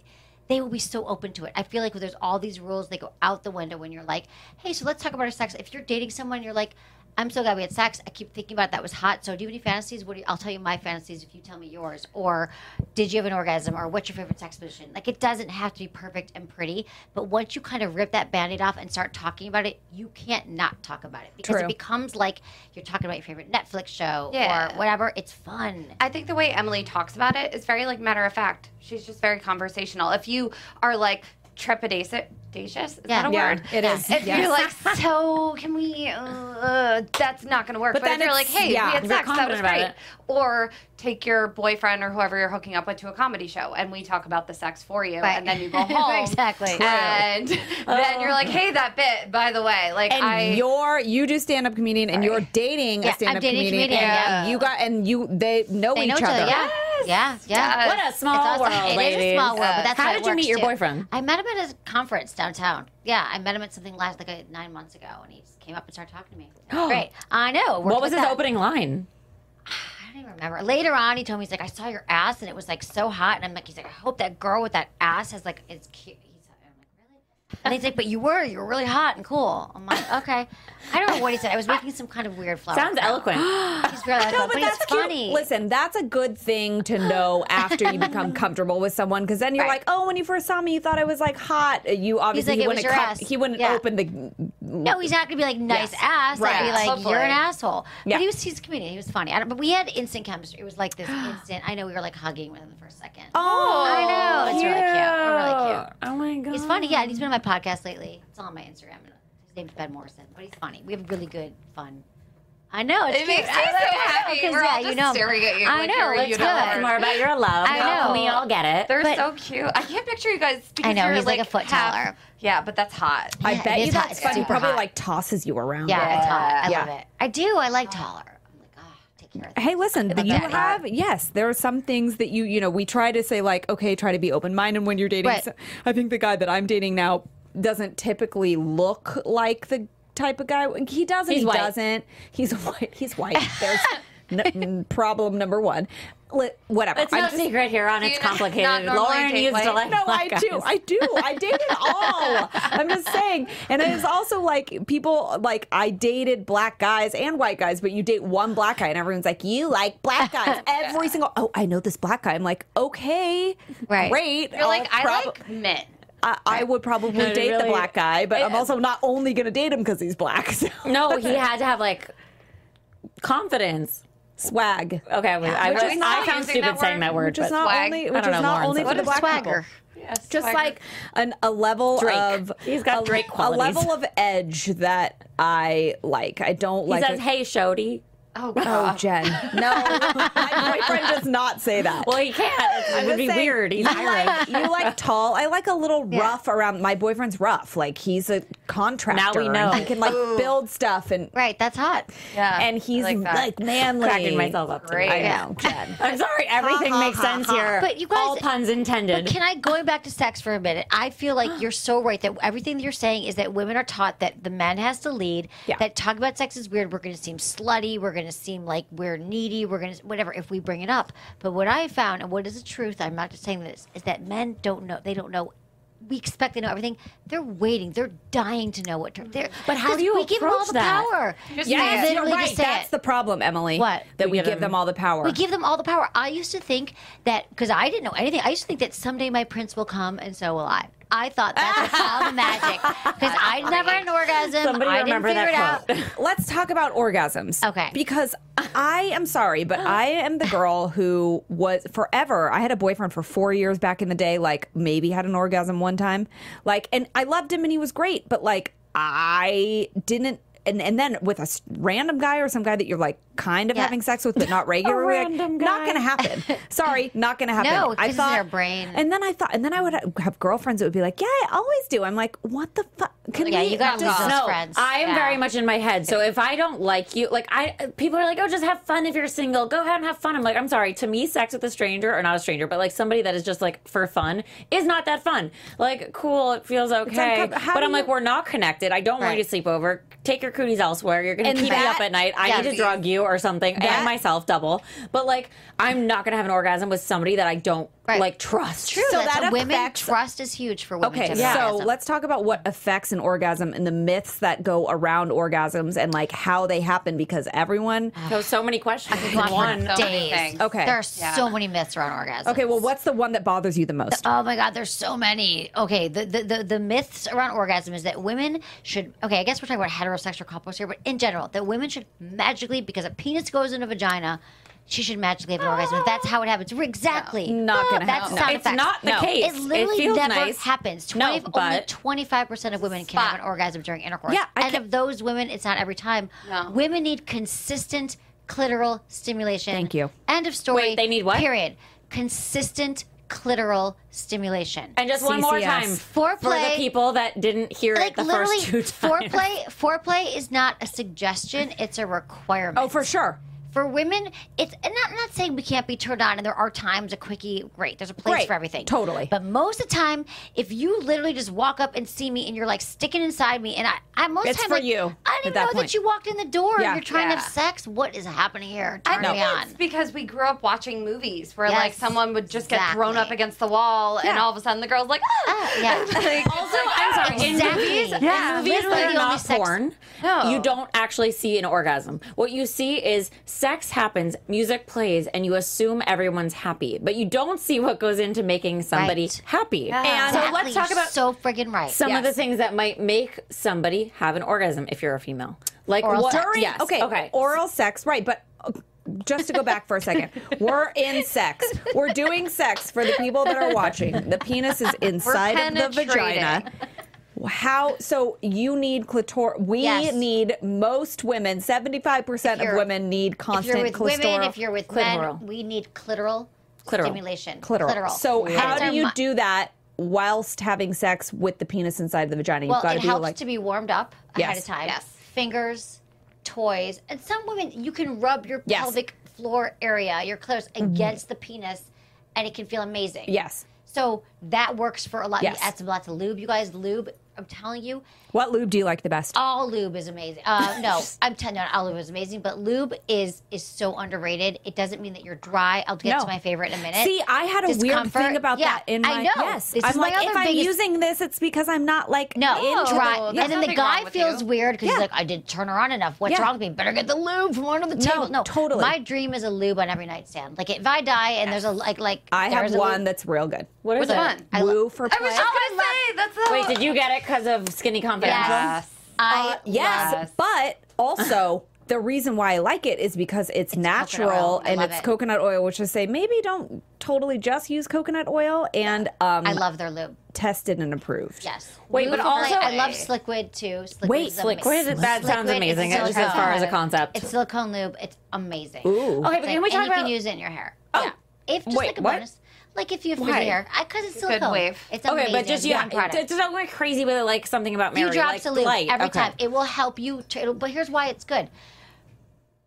Speaker 5: they will be so open to it. I feel like there's all these rules that go out the window when you're like, hey, so let's talk about our sex. If you're dating someone, you're like, I'm so glad we had sex. I keep thinking about it. that was hot. So do you have any fantasies? What do you, I'll tell you my fantasies if you tell me yours. Or did you have an orgasm? Or what's your favorite sex position? Like it doesn't have to be perfect and pretty, but once you kind of rip that band-aid off and start talking about it, you can't not talk about it because
Speaker 3: True.
Speaker 5: it becomes like you're talking about your favorite Netflix show
Speaker 4: Yeah.
Speaker 5: or whatever. It's fun.
Speaker 4: I think the way Emily talks about it is very like matter of fact. She's just very conversational. If you are like trepidatious, is that
Speaker 5: Yeah.
Speaker 4: a
Speaker 5: Yeah,
Speaker 4: word?
Speaker 3: it is.
Speaker 4: If
Speaker 3: Yes.
Speaker 4: you're like, so can we? Uh, that's not going to work.
Speaker 3: But
Speaker 4: But,
Speaker 3: then
Speaker 4: if you're like,
Speaker 3: it's-
Speaker 4: hey,
Speaker 3: yeah,
Speaker 4: we had
Speaker 3: you're
Speaker 4: sex, that was
Speaker 1: confident about
Speaker 4: great.
Speaker 1: it.
Speaker 4: Or take your boyfriend or whoever you're hooking up with to a comedy show, and we talk about the sex for you,
Speaker 5: Right.
Speaker 4: and then you go home.
Speaker 5: Exactly. True.
Speaker 4: And then you're like, hey, that bit. By the way, like
Speaker 3: and
Speaker 4: I.
Speaker 3: you're you do stand up comedian and you're dating
Speaker 5: Yeah,
Speaker 3: a
Speaker 5: I'm
Speaker 3: stand up
Speaker 5: dating a
Speaker 3: comedian,
Speaker 5: comedian,
Speaker 3: and
Speaker 5: yeah.
Speaker 3: you got and you they know
Speaker 5: They
Speaker 3: each
Speaker 5: know each
Speaker 3: other.
Speaker 5: other. Yeah. Yeah. Yeah.
Speaker 4: Yes.
Speaker 1: what a small
Speaker 5: It's
Speaker 1: world,
Speaker 5: also- it is
Speaker 1: ladies.
Speaker 5: a small world, but that's
Speaker 1: How
Speaker 5: it
Speaker 1: did you meet
Speaker 5: works,
Speaker 1: your
Speaker 5: too.
Speaker 1: boyfriend?
Speaker 5: I met him at a conference downtown. Yeah, I met him at something last like uh, nine months ago, and he just came up and started talking to me. Great, I know.
Speaker 1: What
Speaker 5: Worked
Speaker 1: was
Speaker 5: with
Speaker 1: his
Speaker 5: that.
Speaker 1: opening line?
Speaker 5: I don't even remember. Later on, he told me he's like, I saw your ass, and it was like so hot, and I'm like, he's like, I hope that girl with that ass has like it's cute. He's like, I'm like, really? And he's like, but you were, you were really hot and cool. I'm like, okay. I don't know what he said. I was making some kind of weird flower.
Speaker 1: Sounds
Speaker 5: crown.
Speaker 1: eloquent.
Speaker 5: He's really eloquent, but, it's funny.
Speaker 3: Listen, that's a good thing to know after you become comfortable with someone, because then you're
Speaker 5: Right.
Speaker 3: like, oh, when you first saw me, you thought I was like hot. You obviously
Speaker 5: like,
Speaker 3: he
Speaker 5: "It was
Speaker 3: wouldn't
Speaker 5: your
Speaker 3: cut-
Speaker 5: ass.
Speaker 3: he wouldn't
Speaker 5: Yeah.
Speaker 3: open the
Speaker 5: No, he's not gonna be like nice
Speaker 3: Yes.
Speaker 5: ass. Right.
Speaker 3: Right.
Speaker 5: be like
Speaker 4: Hopefully.
Speaker 5: you're an asshole.
Speaker 3: Yeah.
Speaker 5: But he was he's a comedian. He was funny. I don't, but we had instant chemistry. It was like this instant. I know we were like hugging within the first second.
Speaker 3: Oh,
Speaker 5: I know. It's really cute. We're really cute.
Speaker 1: Oh my god.
Speaker 5: He's funny. Yeah, and he's been on my podcast lately. It's on my Instagram. His name's Ben Morrison, but he's funny. We have really good fun. I know. It's
Speaker 4: It
Speaker 5: cute.
Speaker 4: makes me
Speaker 5: I love-
Speaker 4: so
Speaker 5: I know,
Speaker 4: happy.
Speaker 5: 'cause,
Speaker 4: We're
Speaker 5: yeah,
Speaker 4: all
Speaker 5: you
Speaker 4: just
Speaker 5: know him.
Speaker 4: staring at you
Speaker 5: I
Speaker 4: like
Speaker 5: know.
Speaker 4: you're a
Speaker 5: it's
Speaker 4: unicorm.
Speaker 5: good.
Speaker 1: more about your love.
Speaker 5: I
Speaker 1: Now
Speaker 5: know.
Speaker 1: We all get it.
Speaker 4: They're
Speaker 5: But-
Speaker 4: so cute. I can't picture you guys because
Speaker 5: I know,
Speaker 4: you're
Speaker 5: he's like a foot
Speaker 4: half-
Speaker 5: taller.
Speaker 4: Yeah, but that's hot.
Speaker 3: I
Speaker 5: Yeah,
Speaker 3: bet
Speaker 5: it
Speaker 3: you
Speaker 5: is hot.
Speaker 3: that's
Speaker 5: It's
Speaker 3: funny. He
Speaker 5: super
Speaker 3: probably
Speaker 5: hot.
Speaker 3: like tosses you around.
Speaker 5: Yeah, it's hot. I
Speaker 3: Yeah.
Speaker 5: love it. I do. I like taller. I'm like, oh, take care of that.
Speaker 3: Hey, listen,
Speaker 5: About
Speaker 3: you
Speaker 5: that.
Speaker 3: have, yes, there are some things that you, you know, we try to say, like, okay, try to be open minded when you're dating.
Speaker 5: Right.
Speaker 3: So- I think the guy that I'm dating now doesn't typically look like the type of guy. He doesn't.
Speaker 1: He's
Speaker 3: he
Speaker 1: white.
Speaker 3: doesn't. He's white. He's white. There's n- problem number one. Li- whatever.
Speaker 1: It's no
Speaker 3: I'm just-
Speaker 1: secret here on It's
Speaker 4: you not
Speaker 1: Complicated.
Speaker 4: normally
Speaker 1: Lauren
Speaker 4: date
Speaker 1: used to
Speaker 4: white?
Speaker 1: like
Speaker 3: no, I
Speaker 1: black
Speaker 3: do.
Speaker 1: guys.
Speaker 3: I do. I dated all. I'm just saying. And it is also like people like I dated black guys and white guys, but you date one black guy and everyone's like, you like black guys. Every single oh, I know this black guy. I'm like, okay,
Speaker 5: Right.
Speaker 3: great.
Speaker 4: You're like,
Speaker 3: I'll
Speaker 4: I
Speaker 3: prob-
Speaker 4: like men.
Speaker 3: I, I would probably
Speaker 1: No,
Speaker 3: date the
Speaker 1: really-
Speaker 3: black guy, but I'm also not only gonna date him because he's black. So.
Speaker 1: No, he had to have like confidence.
Speaker 3: swag.
Speaker 1: Okay, well, I,
Speaker 4: Which
Speaker 1: was,
Speaker 4: is not
Speaker 1: I found
Speaker 4: using
Speaker 1: stupid
Speaker 4: that
Speaker 1: saying
Speaker 4: word.
Speaker 1: that word.
Speaker 3: Which is
Speaker 1: but
Speaker 3: not
Speaker 4: swag.
Speaker 3: only
Speaker 4: I
Speaker 3: which
Speaker 1: don't
Speaker 3: is
Speaker 1: know,
Speaker 3: not
Speaker 1: Lauren,
Speaker 3: only for
Speaker 1: what
Speaker 3: the
Speaker 1: is
Speaker 3: black people.
Speaker 5: swagger.
Speaker 4: Yes,
Speaker 3: just
Speaker 4: swagger.
Speaker 3: like an a level
Speaker 1: Drake.
Speaker 3: of
Speaker 1: He's got
Speaker 3: a,
Speaker 1: Drake
Speaker 3: a
Speaker 1: qualities.
Speaker 3: level of edge that I like. I don't
Speaker 1: He
Speaker 3: like.
Speaker 1: says, "Hey, Shody."
Speaker 4: oh
Speaker 3: oh,
Speaker 4: god,
Speaker 3: Jen, no, my boyfriend does not say that.
Speaker 1: Well, he can't. It would
Speaker 3: just
Speaker 1: be
Speaker 3: saying,
Speaker 1: weird. He's
Speaker 3: you like, you like tall. I like a little rough around. My boyfriend's rough. Like he's a contractor. and
Speaker 1: know.
Speaker 3: he can like build stuff and
Speaker 5: Right, that's hot.
Speaker 4: yeah.
Speaker 3: and he's
Speaker 4: I
Speaker 3: like,
Speaker 4: that.
Speaker 3: manly.
Speaker 1: cracking myself up.
Speaker 4: Great.
Speaker 1: Today.
Speaker 3: I
Speaker 5: Yeah.
Speaker 3: know, Jen.
Speaker 1: I'm sorry. Everything
Speaker 3: ha,
Speaker 1: makes
Speaker 3: ha,
Speaker 1: sense
Speaker 3: ha.
Speaker 1: here.
Speaker 5: But you guys-
Speaker 1: all puns intended.
Speaker 5: But can I going back to sex for a minute? I feel like you're so right that everything that you're saying is that women are taught that the man has to lead.
Speaker 3: Yeah.
Speaker 5: That talking about sex is weird. We're going to seem slutty. We're going to seem like we're needy. We're going to whatever if we bring it up. But what I found and what is the truth? I'm not just saying this is that men don't know. They don't know. We expect they know everything. They're waiting. They're dying to know what. They're,
Speaker 1: But how
Speaker 5: 'cause
Speaker 1: do you
Speaker 5: we give them all
Speaker 1: approach
Speaker 5: the
Speaker 1: that?
Speaker 5: power?
Speaker 4: Just
Speaker 5: We
Speaker 4: say it.
Speaker 3: Yes, you're
Speaker 5: literally just
Speaker 3: right.
Speaker 5: say
Speaker 3: That's
Speaker 5: it.
Speaker 3: the problem, Emily.
Speaker 5: What?
Speaker 3: that we,
Speaker 1: We give
Speaker 3: give them,
Speaker 1: them-
Speaker 3: all the power.
Speaker 5: We give them all the power. I used to think that because I didn't know anything. I used to think that someday my prince will come, and so will I. I thought that's how magic because I never had an orgasm.
Speaker 1: Somebody
Speaker 5: I didn't
Speaker 1: remember
Speaker 5: figure it
Speaker 1: that
Speaker 5: out.
Speaker 1: quote.
Speaker 3: Let's talk about orgasms.
Speaker 5: Okay.
Speaker 3: Because I am sorry, but I am the girl who was forever. I had a boyfriend for four years back in the day, like maybe had an orgasm one time. Like, and I loved him and he was great, but like, I didn't. And, and then with a s- random guy or some guy that you're like kind of
Speaker 5: Yeah.
Speaker 3: having sex with but not regularly, like,
Speaker 1: random
Speaker 3: not
Speaker 1: guy.
Speaker 3: gonna happen. Sorry, not gonna happen.
Speaker 5: No, it
Speaker 3: I
Speaker 5: kisses
Speaker 3: thought
Speaker 5: their brain.
Speaker 3: And then I thought, and then I would have girlfriends that would be like, "Yeah, I always do." I'm like, "What the fuck?" Can
Speaker 5: Yeah,
Speaker 3: we
Speaker 5: you gotta
Speaker 3: just-
Speaker 5: love those
Speaker 1: no,
Speaker 5: friends.
Speaker 1: I am
Speaker 5: Yeah.
Speaker 1: very much in my head. So if I don't like you, like I, people are like, oh, just have fun if you're single. Go ahead and have fun. I'm like, I'm sorry. To me, sex with a stranger or not a stranger, but like somebody that is just like for fun is not that fun. Like, cool, it feels okay,
Speaker 3: uncom- how
Speaker 1: but
Speaker 3: do
Speaker 1: I'm like,
Speaker 3: you-
Speaker 1: we're not connected. I don't want you to
Speaker 5: Right.
Speaker 1: sleep over. Take your cooties elsewhere. You're gonna
Speaker 3: And
Speaker 1: keep me
Speaker 3: that-
Speaker 1: up at night. I need to
Speaker 5: yes.
Speaker 1: drug you or something, and myself double. But like, I'm not gonna have an orgasm with somebody that I don't
Speaker 5: Right.
Speaker 1: like trust.
Speaker 5: True.
Speaker 3: So
Speaker 5: that's
Speaker 3: that
Speaker 5: a women
Speaker 3: affects-
Speaker 5: trust is huge for women. to
Speaker 3: Okay,
Speaker 5: have
Speaker 3: so
Speaker 5: orgasm.
Speaker 3: let's talk about what affects an orgasm and the myths that go around orgasms and like how they happen because everyone.
Speaker 1: So so many questions.
Speaker 5: We've gone for
Speaker 1: One.
Speaker 4: so many
Speaker 5: days.
Speaker 4: things.
Speaker 3: Okay.
Speaker 5: there are so many myths around orgasm.
Speaker 3: Okay, well, what's the one that bothers you the most?
Speaker 5: Oh my God, there's so many. Okay, the, the, the, the myths around orgasm is that women should, okay, I guess we're talking about heterosexual couples here, but in general, that women should magically, because a penis goes in a vagina, she should magically have an orgasm. That's how it happens. Exactly.
Speaker 3: Not gonna
Speaker 5: That's
Speaker 3: happen.
Speaker 5: sound
Speaker 1: It's
Speaker 5: effects.
Speaker 1: not the
Speaker 5: No.
Speaker 1: case.
Speaker 5: It literally
Speaker 1: It feels
Speaker 5: never
Speaker 1: nice.
Speaker 5: happens.
Speaker 1: No,
Speaker 5: 20,
Speaker 1: but-
Speaker 5: only 25% of women can have an orgasm during intercourse.
Speaker 3: Yeah, I
Speaker 5: and
Speaker 3: can-
Speaker 5: of those women, it's not every time.
Speaker 4: No.
Speaker 5: Women need consistent clitoral stimulation.
Speaker 3: Thank you.
Speaker 5: End of story.
Speaker 1: Wait, they need what?
Speaker 5: Period. Consistent clitoral stimulation.
Speaker 1: And just one more
Speaker 3: CCS.
Speaker 1: time.
Speaker 5: Foreplay-
Speaker 1: For the people that didn't hear
Speaker 5: like
Speaker 1: it the
Speaker 5: literally,
Speaker 1: first two times.
Speaker 5: foreplay foreplay is not a suggestion; it's a requirement.
Speaker 3: Oh, for sure.
Speaker 5: For women, it's and not, I'm not saying we can't be turned on, and there are times a quickie, great, there's a place
Speaker 3: Right,
Speaker 5: for everything.
Speaker 3: totally.
Speaker 5: But most of the time, if you literally just walk up and see me and you're like sticking inside me, and I, I most
Speaker 3: It's
Speaker 5: time,
Speaker 3: for
Speaker 5: like,
Speaker 3: you
Speaker 5: I don't
Speaker 3: at
Speaker 5: even
Speaker 3: that
Speaker 5: know
Speaker 3: point.
Speaker 5: that you walked in the door
Speaker 3: Yeah.
Speaker 5: and you're trying
Speaker 4: Yeah.
Speaker 5: to have sex. What is happening here? Turn
Speaker 4: I
Speaker 5: me
Speaker 4: think
Speaker 5: on.
Speaker 4: it's because we grew up watching movies where
Speaker 5: Yes,
Speaker 4: like someone would just get thrown up
Speaker 5: exactly.
Speaker 4: against the wall and all of a sudden the girl's like, ah.
Speaker 5: Ah, yeah.
Speaker 4: Like,
Speaker 1: Also, I'm sorry.
Speaker 5: Exactly.
Speaker 1: In movies,
Speaker 5: Yeah.
Speaker 1: in movies
Speaker 5: Literally
Speaker 1: that are
Speaker 5: the only
Speaker 1: not
Speaker 5: sex-
Speaker 1: porn,
Speaker 4: No.
Speaker 1: you don't actually see an orgasm. What you see is sex happens, music plays, and you assume everyone's happy, but you don't see what goes into making somebody
Speaker 5: Right.
Speaker 1: happy. And
Speaker 5: Exactly,
Speaker 1: so let's talk
Speaker 5: you're
Speaker 1: about
Speaker 5: so friggin' right.
Speaker 1: some of the
Speaker 3: Yes.
Speaker 1: things that might make somebody have an orgasm if you're a female. Like
Speaker 5: Oral
Speaker 1: what?
Speaker 5: sex.
Speaker 1: Yes.
Speaker 3: Okay,
Speaker 1: Okay.
Speaker 3: Oral sex, right? But uh, just to go back for a second, we're in sex. We're doing sex for the people that are watching. The penis is inside of the
Speaker 4: penetrating.
Speaker 3: vagina. How so? You need clitor. We
Speaker 5: Yes.
Speaker 3: need most women. Seventy-five percent
Speaker 5: If
Speaker 3: of
Speaker 5: you're-
Speaker 3: women need
Speaker 5: if you're
Speaker 3: constant
Speaker 5: with
Speaker 3: clitoral.
Speaker 5: women, if you're with
Speaker 1: clitoral.
Speaker 5: men, we need clitoral,
Speaker 1: Clitoral.
Speaker 5: stimulation.
Speaker 3: clitoral. So
Speaker 5: That's
Speaker 3: how
Speaker 5: our
Speaker 3: do you
Speaker 5: mu-
Speaker 3: do that whilst having sex with the penis inside the vagina? You've
Speaker 5: Well,
Speaker 3: got
Speaker 5: it
Speaker 3: to be
Speaker 5: helps
Speaker 3: like
Speaker 5: to be warmed up ahead
Speaker 3: Yes.
Speaker 5: of time.
Speaker 4: Yes.
Speaker 5: Fingers, toys, and some women you can rub your
Speaker 3: Yes.
Speaker 5: pelvic floor area, your clitoris, against the penis, and it can feel amazing.
Speaker 3: yes.
Speaker 5: So that works for a lot.
Speaker 3: Yes.
Speaker 5: You add some lots of lube. You guys, lube. I'm telling you,
Speaker 3: What lube do you like the best?
Speaker 5: all lube is amazing. Uh, no, I'm telling you, not all lube is amazing, but lube is is so underrated. It doesn't mean that you're dry. I'll get
Speaker 3: No.
Speaker 5: to my favorite in a minute.
Speaker 3: See, I had a weird
Speaker 5: Discomfort.
Speaker 3: thing about
Speaker 5: Yeah,
Speaker 3: that in my
Speaker 5: I know.
Speaker 3: yes.
Speaker 5: This
Speaker 3: I'm
Speaker 5: is my
Speaker 3: like, if
Speaker 5: other
Speaker 3: I'm
Speaker 5: biggest-
Speaker 3: using this, it's because I'm not like
Speaker 5: No,
Speaker 3: into
Speaker 5: dry.
Speaker 4: there's
Speaker 5: and then the
Speaker 4: nothing wrong
Speaker 5: guy
Speaker 4: with
Speaker 5: feels
Speaker 4: you.
Speaker 5: weird because
Speaker 3: Yeah.
Speaker 5: he's like, I didn't turn her on enough. What's
Speaker 3: Yeah.
Speaker 5: wrong with me? Better get the lube from under the table. No,
Speaker 3: totally.
Speaker 5: My dream is a lube on every nightstand. Like if I die and there's a like like
Speaker 3: I have
Speaker 5: there's a
Speaker 3: one
Speaker 5: lube-
Speaker 3: that's real good.
Speaker 1: What is
Speaker 4: Which
Speaker 1: it?
Speaker 4: one? I
Speaker 3: Woo for
Speaker 4: I was
Speaker 3: play.
Speaker 4: just gonna say that's the
Speaker 1: Wait, did you get it because of skinny confidence?
Speaker 5: Yes.
Speaker 3: Uh,
Speaker 5: I
Speaker 3: yes,
Speaker 4: Yes.
Speaker 3: but also the reason why I like it is because it's, natural
Speaker 5: oil. I
Speaker 3: and
Speaker 5: love
Speaker 3: it's
Speaker 5: it.
Speaker 3: coconut oil, which I say maybe don't totally just use coconut oil and um,
Speaker 5: I love their lube.
Speaker 3: tested and approved.
Speaker 5: Yes.
Speaker 1: Wait,
Speaker 5: Lube
Speaker 1: but
Speaker 5: for
Speaker 1: also-
Speaker 5: I love Sliquid too. Sliquid
Speaker 3: Wait,
Speaker 5: is amazing.
Speaker 1: Sliquid is- that sounds
Speaker 5: Sliquid is
Speaker 1: amazing, just as
Speaker 5: silicone
Speaker 1: far as a
Speaker 5: lube.
Speaker 1: concept.
Speaker 5: It's silicone lube. It's amazing.
Speaker 1: Okay,
Speaker 3: Ooh.
Speaker 1: but can we
Speaker 5: and
Speaker 1: talk
Speaker 5: you
Speaker 1: about
Speaker 5: can use it in your hair. Oh, if just
Speaker 1: Wait,
Speaker 5: like a
Speaker 1: what?
Speaker 5: bonus, like if you have
Speaker 1: Why?
Speaker 5: frizzy hair, because it's silicone.
Speaker 4: wave.
Speaker 5: It's
Speaker 1: Okay,
Speaker 5: amazing.
Speaker 1: but just yeah,
Speaker 5: One product.
Speaker 1: just don't go crazy with it. Like something about Mary,
Speaker 5: few drops
Speaker 1: like,
Speaker 5: of lube
Speaker 1: light.
Speaker 5: every
Speaker 1: Okay.
Speaker 5: time. It will help you. To, it'll, but here's why it's good.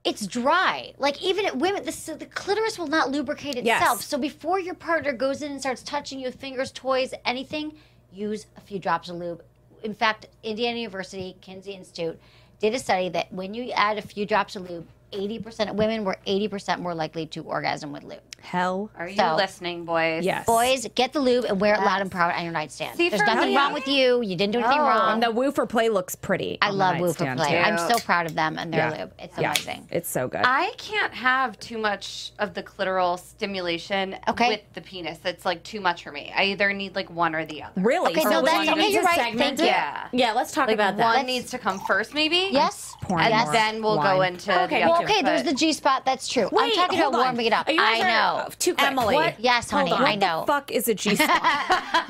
Speaker 5: It's dry. Like even at women, the, so the clitoris will not lubricate
Speaker 3: Yes.
Speaker 5: itself. So before your partner goes in and starts touching you with fingers, toys, anything, use a few drops of lube. In fact, Indiana University Kinsey Institute did a study that when you add a few drops of lube, 80% of women were 80% more likely to orgasm with lube.
Speaker 3: Hell
Speaker 4: Are you
Speaker 5: So-
Speaker 4: listening, boys?
Speaker 3: yes.
Speaker 5: Boys, get the lube and wear it loud and proud on your nightstand.
Speaker 4: See,
Speaker 5: There's
Speaker 4: for
Speaker 5: nothing
Speaker 4: me-
Speaker 5: wrong with you. You didn't do anything wrong.
Speaker 3: And Um, the woo for play looks pretty.
Speaker 5: I love Woo for Play. I'm
Speaker 4: too.
Speaker 5: so proud of them and their lube. It's
Speaker 3: Yeah.
Speaker 5: amazing.
Speaker 3: It's so good.
Speaker 4: I can't have too much of the clitoral stimulation
Speaker 5: Okay.
Speaker 4: with the penis. It's like too much for me. I either need like one or the other.
Speaker 3: really?
Speaker 5: Okay,
Speaker 3: For
Speaker 5: no,
Speaker 3: women,
Speaker 5: that's
Speaker 1: you
Speaker 5: okay.
Speaker 1: need
Speaker 5: You're
Speaker 1: to
Speaker 5: right.
Speaker 1: segment
Speaker 5: Thank
Speaker 1: it.
Speaker 5: you.
Speaker 4: Yeah.
Speaker 1: Yeah, let's talk
Speaker 4: Like
Speaker 1: about
Speaker 4: one
Speaker 1: that.
Speaker 4: needs to come first, maybe.
Speaker 5: Yes.
Speaker 3: Porn
Speaker 4: And
Speaker 5: yes.
Speaker 3: more.
Speaker 4: then we'll go
Speaker 3: Wine.
Speaker 4: into
Speaker 1: Okay,
Speaker 4: the
Speaker 1: well,
Speaker 4: other,
Speaker 5: okay, there's
Speaker 4: but-
Speaker 5: the G spot. That's true. I'm talking about
Speaker 1: hold on.
Speaker 5: warming it up.
Speaker 1: Are you
Speaker 5: I
Speaker 1: guys are-
Speaker 5: know.
Speaker 1: Too quick.
Speaker 3: Emily.
Speaker 1: What?
Speaker 5: Yes, honey.
Speaker 1: Hold on.
Speaker 5: I know.
Speaker 3: What the fuck is a G spot?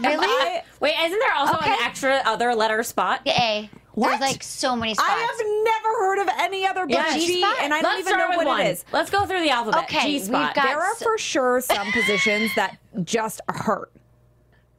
Speaker 3: really?
Speaker 1: Wait, isn't there also
Speaker 5: Okay.
Speaker 1: an extra other letter spot?
Speaker 5: A.
Speaker 3: What?
Speaker 5: There's like so many spots.
Speaker 3: I have never heard of any other but
Speaker 1: Yeah.
Speaker 3: G,
Speaker 5: G-spot.
Speaker 3: and I don't
Speaker 1: Let's
Speaker 3: even
Speaker 1: start
Speaker 3: know
Speaker 1: with
Speaker 3: what
Speaker 1: one.
Speaker 3: it is.
Speaker 1: Let's go through the alphabet.
Speaker 5: Okay,
Speaker 1: G spot.
Speaker 5: we've got-
Speaker 3: There are
Speaker 5: So-
Speaker 3: for sure some positions that just hurt.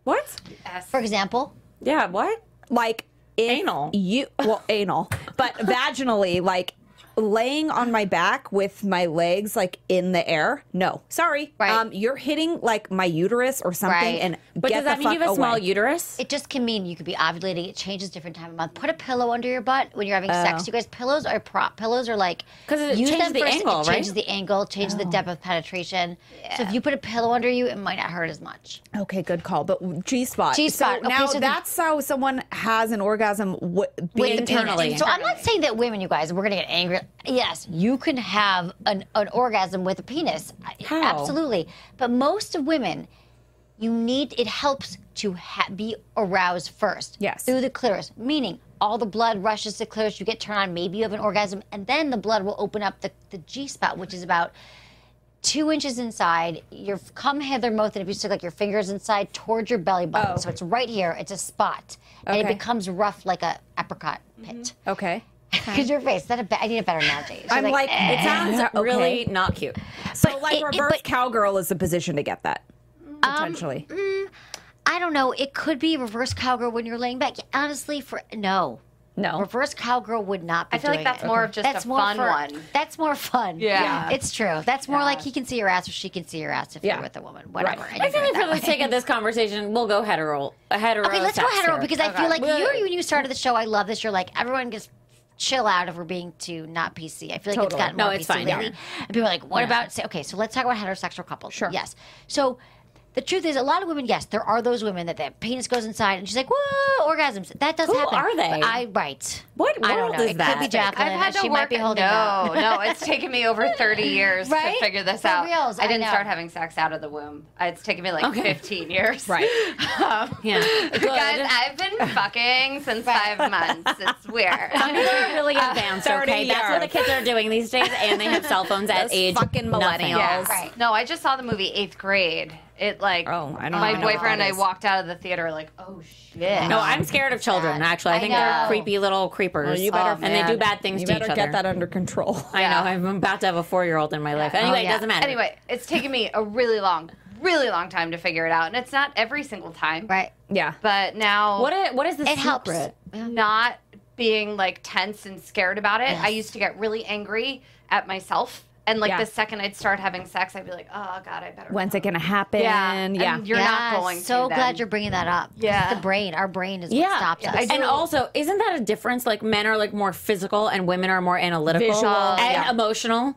Speaker 3: What?
Speaker 4: S.
Speaker 5: For example,
Speaker 1: Yeah. What?
Speaker 3: Like if
Speaker 1: Anal.
Speaker 3: You well, anal, but vaginally, like laying on my back with my legs like in the air. No, sorry.
Speaker 5: Right.
Speaker 3: Um, you're hitting like my uterus or something,
Speaker 5: Right.
Speaker 3: and
Speaker 1: But
Speaker 3: get
Speaker 1: does that
Speaker 3: the
Speaker 1: mean you
Speaker 3: fuck
Speaker 1: have a small
Speaker 3: away.
Speaker 1: uterus?
Speaker 5: it just can mean you could be ovulating. It changes different time of month. Put a pillow under your butt when you're having sex. You guys, pillows are prop. Pillows are like
Speaker 1: Oh. 'Cause it
Speaker 5: use
Speaker 1: changes
Speaker 5: them
Speaker 1: the
Speaker 5: first,
Speaker 1: angle, right?
Speaker 5: It
Speaker 1: Oh.
Speaker 5: changes the angle, changes the depth of penetration. So if you put a pillow under you, it might not hurt as much.
Speaker 3: Okay, good call. But G spot. So
Speaker 5: G-spot. Okay,
Speaker 3: now
Speaker 5: so the-
Speaker 3: that's how someone has an orgasm w- being
Speaker 1: internally.
Speaker 5: So I'm not saying that women, you guys, we're gonna get angry. Yes, you can have an, an orgasm with a penis. I-
Speaker 1: How?
Speaker 5: Absolutely. But most of women, you need it helps to ha- be aroused first.
Speaker 3: Yes.
Speaker 5: Through the clitoris, meaning all the blood rushes to clitoris. You get turned on. Maybe you have an orgasm, and then the blood will open up the, the G spot, which is about two inches inside. Your cum hither mouth, and if you stick like your fingers inside toward your belly button, so it's right here. It's a spot, and it
Speaker 3: Oh. Okay. Mm-hmm.
Speaker 5: becomes rough like a apricot pit.
Speaker 3: Okay.
Speaker 5: Because your face, that a ba- I need a better analogy. She's
Speaker 3: I'm like,
Speaker 5: eh.
Speaker 3: it sounds okay.
Speaker 1: Really not cute.
Speaker 3: So like
Speaker 5: it- it-
Speaker 3: reverse
Speaker 5: but-
Speaker 3: cowgirl is a position to get that potentially.
Speaker 5: I don't know. It could be reverse cowgirl when you're laying back. Honestly, for no,
Speaker 3: no.
Speaker 5: reverse cowgirl would not. be
Speaker 4: I feel like
Speaker 5: doing
Speaker 4: that's
Speaker 5: it.
Speaker 4: more of just
Speaker 5: That's
Speaker 4: a
Speaker 5: more
Speaker 4: fun
Speaker 5: for-
Speaker 4: one.
Speaker 5: That's more fun.
Speaker 4: Yeah. Yeah.
Speaker 5: it's true. That's more like he can see your ass or she can see your ass if
Speaker 3: Yeah.
Speaker 5: you're with a woman. Whatever.
Speaker 3: Right.
Speaker 5: and
Speaker 1: I
Speaker 5: you do
Speaker 1: feel
Speaker 5: it
Speaker 1: like for
Speaker 5: that
Speaker 1: the
Speaker 5: way.
Speaker 1: sake of this conversation, we'll go hetero. A hetero.
Speaker 5: Okay, let's go
Speaker 1: sex
Speaker 5: hetero
Speaker 1: here.
Speaker 5: because I feel like
Speaker 1: Well-
Speaker 5: you when you started the show, I love this. You're like everyone gets chill out if we're being too not PC. I feel like it's
Speaker 3: Totally.
Speaker 5: gotten
Speaker 1: No,
Speaker 5: more
Speaker 1: it's
Speaker 5: PC
Speaker 1: fine,
Speaker 5: lately.
Speaker 1: yeah.
Speaker 5: And people are like, what about say okay, so let's talk about heterosexual couples.
Speaker 3: Sure.
Speaker 5: Yes. So the truth is a lot of women, yes, there are those women that their penis goes inside and she's like, Whoa, orgasms. That does
Speaker 1: Who
Speaker 5: happen.
Speaker 1: are they?
Speaker 5: But I right.
Speaker 1: What
Speaker 5: I don't
Speaker 1: world
Speaker 5: know.
Speaker 1: is
Speaker 5: it
Speaker 1: that?
Speaker 5: could be Jacqueline.
Speaker 4: I've had
Speaker 5: and
Speaker 4: to
Speaker 5: she
Speaker 4: work.
Speaker 5: might be holding
Speaker 4: no,
Speaker 5: out.
Speaker 4: no, it's taken me over 30 years
Speaker 5: Right?
Speaker 4: to figure this
Speaker 5: For
Speaker 4: out.
Speaker 5: reals,
Speaker 4: I
Speaker 5: I
Speaker 4: didn't
Speaker 5: know.
Speaker 4: start having sex out of the womb. It's taken me like
Speaker 1: Okay.
Speaker 4: 15 years.
Speaker 3: Right.
Speaker 4: Um,
Speaker 1: Yeah. Good.
Speaker 4: Guys, I've been fucking since five months. It's weird.
Speaker 1: People are really
Speaker 5: Uh,
Speaker 1: advanced,
Speaker 3: 30
Speaker 1: okay? That's what the kids are doing these days, and they have cell phones at
Speaker 3: Those
Speaker 1: age
Speaker 3: fucking
Speaker 1: nothing.
Speaker 3: millennials.
Speaker 4: Yeah.
Speaker 5: Right.
Speaker 4: No, I just saw the movie Eighth Grade. It like
Speaker 3: Oh, I don't
Speaker 4: my
Speaker 3: know what
Speaker 4: boyfriend and
Speaker 3: that
Speaker 4: I
Speaker 3: is.
Speaker 4: walked out of the theater like, oh shit.
Speaker 1: No, I'm scared of children. Actually, Um, I
Speaker 5: I
Speaker 1: think
Speaker 5: know.
Speaker 1: they're creepy little creepers.
Speaker 3: you better,
Speaker 1: and they do bad things
Speaker 3: you
Speaker 1: to each
Speaker 3: better
Speaker 1: other.
Speaker 3: get that Oh, under control.
Speaker 1: I know. I'm about to have a four-year-old in my life. Anyway,
Speaker 5: yeah.
Speaker 1: it doesn't matter.
Speaker 4: Anyway, it's taken me a really long, really long time to figure it out, and it's not every single time.
Speaker 5: Right.
Speaker 3: yeah.
Speaker 4: But now
Speaker 1: what is, what is the
Speaker 5: It
Speaker 1: secret?
Speaker 5: helps.
Speaker 4: not being like tense and scared about it. I used to get really angry at myself. And like
Speaker 3: Yeah.
Speaker 4: the second I'd start having sex, I'd be like, oh God, I better.
Speaker 3: When's it going to happen?
Speaker 4: Yeah.
Speaker 3: Yeah.
Speaker 4: And you're not going
Speaker 5: So
Speaker 4: to. then.
Speaker 5: glad you're bringing that up.
Speaker 4: Yeah.
Speaker 5: It's the brain. Our brain is what
Speaker 1: Yeah.
Speaker 5: stops us.
Speaker 4: I do.
Speaker 1: And also, isn't that a difference? Like men are like more physical, and women are more analytical
Speaker 3: Visual,
Speaker 1: and
Speaker 4: yeah.
Speaker 1: emotional.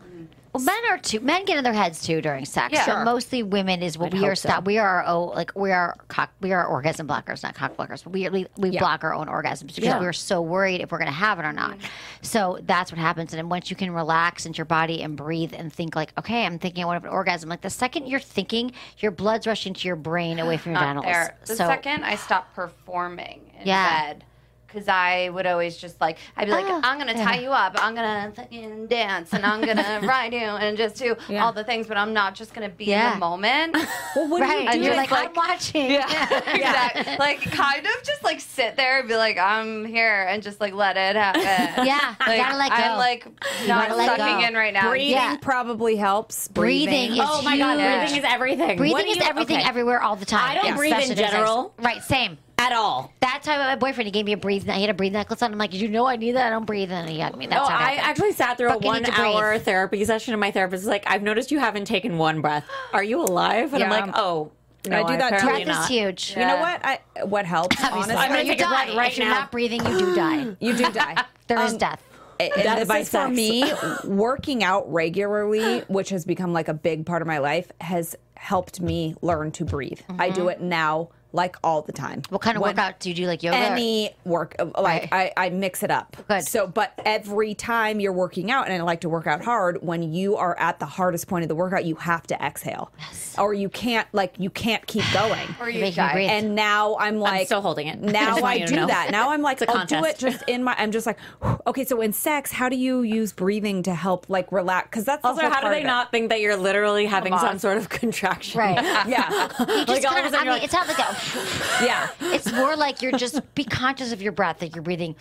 Speaker 5: Well, men are too. Men get in their heads too during sex.
Speaker 4: Yeah.
Speaker 5: So
Speaker 4: Sure.
Speaker 5: mostly women is what we are.
Speaker 3: hope so.
Speaker 5: stop. We are our own, like we are cock. We are orgasm blockers, not cock blockers. But we we, we block our own orgasms because
Speaker 1: Yeah.
Speaker 5: we're so worried if we're going to have it or
Speaker 4: Mm-hmm.
Speaker 5: not. So that's what happens. And then once you can relax into your body and breathe and think like, okay, I'm thinking I want to have an orgasm. Like the second you're thinking, your blood's rushing to your brain away from your
Speaker 4: not
Speaker 5: genitals.
Speaker 4: there. The
Speaker 5: so
Speaker 4: second I stopped performing in
Speaker 5: Yeah.
Speaker 4: bed, because I would always just like I'd be like,
Speaker 5: Ah,
Speaker 4: I'm gonna tie you up, I'm gonna fucking dance, and I'm gonna ride you, and just do all the things, but I'm not just gonna be in
Speaker 5: Yeah.
Speaker 4: the moment.
Speaker 3: Well, what
Speaker 5: right,
Speaker 3: do
Speaker 5: and
Speaker 3: you
Speaker 5: you're
Speaker 3: do?
Speaker 5: like, I'm watching.
Speaker 4: exactly. Like kind of just like sit there and be like, I'm here, and just like let it happen.
Speaker 5: Yeah, you
Speaker 4: Like,
Speaker 5: gotta let go.
Speaker 4: I'm like not
Speaker 5: gotta let
Speaker 4: sucking
Speaker 5: go.
Speaker 4: in right now.
Speaker 3: breathing
Speaker 5: Yeah.
Speaker 3: probably helps.
Speaker 5: Breathing is
Speaker 1: Oh my god,
Speaker 5: huge.
Speaker 1: breathing is everything. What
Speaker 5: Breathing
Speaker 1: do
Speaker 5: is
Speaker 1: you-
Speaker 5: everything,
Speaker 1: okay.
Speaker 5: everywhere, all the time.
Speaker 1: I don't
Speaker 5: Yeah.
Speaker 1: breathe in
Speaker 5: Especially during sex.
Speaker 1: general.
Speaker 5: Right, same.
Speaker 1: at all.
Speaker 5: That time, my boyfriend he gave me a breathe. I had a breathe necklace on. I'm like, you know, I need that. I don't breathe, and he hugged me.
Speaker 1: No,
Speaker 5: That's how it
Speaker 1: Oh, I
Speaker 5: happened.
Speaker 1: actually sat through
Speaker 5: Fucking
Speaker 1: a
Speaker 5: need
Speaker 1: one
Speaker 5: to
Speaker 1: hour
Speaker 5: breathe.
Speaker 1: therapy session, and my therapist is like, I've noticed you haven't taken one breath. Are you alive? And
Speaker 3: Yeah.
Speaker 1: I'm like, oh, no,
Speaker 3: I do that too.
Speaker 1: apparently
Speaker 5: breath
Speaker 1: not.
Speaker 5: is huge.
Speaker 3: You know what? I what helps.
Speaker 5: Obviously.
Speaker 3: Honestly,
Speaker 1: I'm gonna
Speaker 5: you
Speaker 1: take a
Speaker 5: die.
Speaker 1: breath right
Speaker 5: if you're
Speaker 1: now.
Speaker 5: not breathing, you do die.
Speaker 3: you do die.
Speaker 5: There is
Speaker 3: Um,
Speaker 5: death.
Speaker 3: And
Speaker 1: Death
Speaker 3: this
Speaker 1: by
Speaker 3: is for
Speaker 1: sex.
Speaker 3: me working out regularly, which has become like a big part of my life, has helped me learn to breathe. I do it now, like all the time.
Speaker 5: Mm-hmm. What kind of
Speaker 3: When-
Speaker 5: workout do you do? Like yoga?
Speaker 3: any work uh, like I, I mix it up
Speaker 5: Good.
Speaker 3: so but every time you're working out and i like to work out hard when you are at the hardest point of the workout you have to exhale or you can't like you can't keep going
Speaker 4: Or
Speaker 5: You're
Speaker 4: you
Speaker 5: making me
Speaker 4: die.
Speaker 5: breathe.
Speaker 3: and now i'm like
Speaker 1: still holding it. I
Speaker 3: now
Speaker 1: just want
Speaker 3: i
Speaker 1: you to
Speaker 3: do
Speaker 1: know.
Speaker 3: that now i'm like
Speaker 1: It's a
Speaker 3: i'll do it
Speaker 1: contest.
Speaker 3: just in my i'm just like okay so in sex how do you use breathing to help like relax because that's the
Speaker 1: Also,
Speaker 3: whole
Speaker 1: how do
Speaker 3: part
Speaker 1: they
Speaker 3: of it.
Speaker 1: not think that you're literally having some sort of contraction?
Speaker 5: right.
Speaker 3: yeah
Speaker 5: You just
Speaker 1: Like, all of a
Speaker 5: kinda-
Speaker 1: sudden
Speaker 5: I
Speaker 1: you're
Speaker 5: mean,
Speaker 1: like-
Speaker 5: it's not like a.
Speaker 3: yeah
Speaker 5: It's more like you're just be conscious of your breath that you're breathing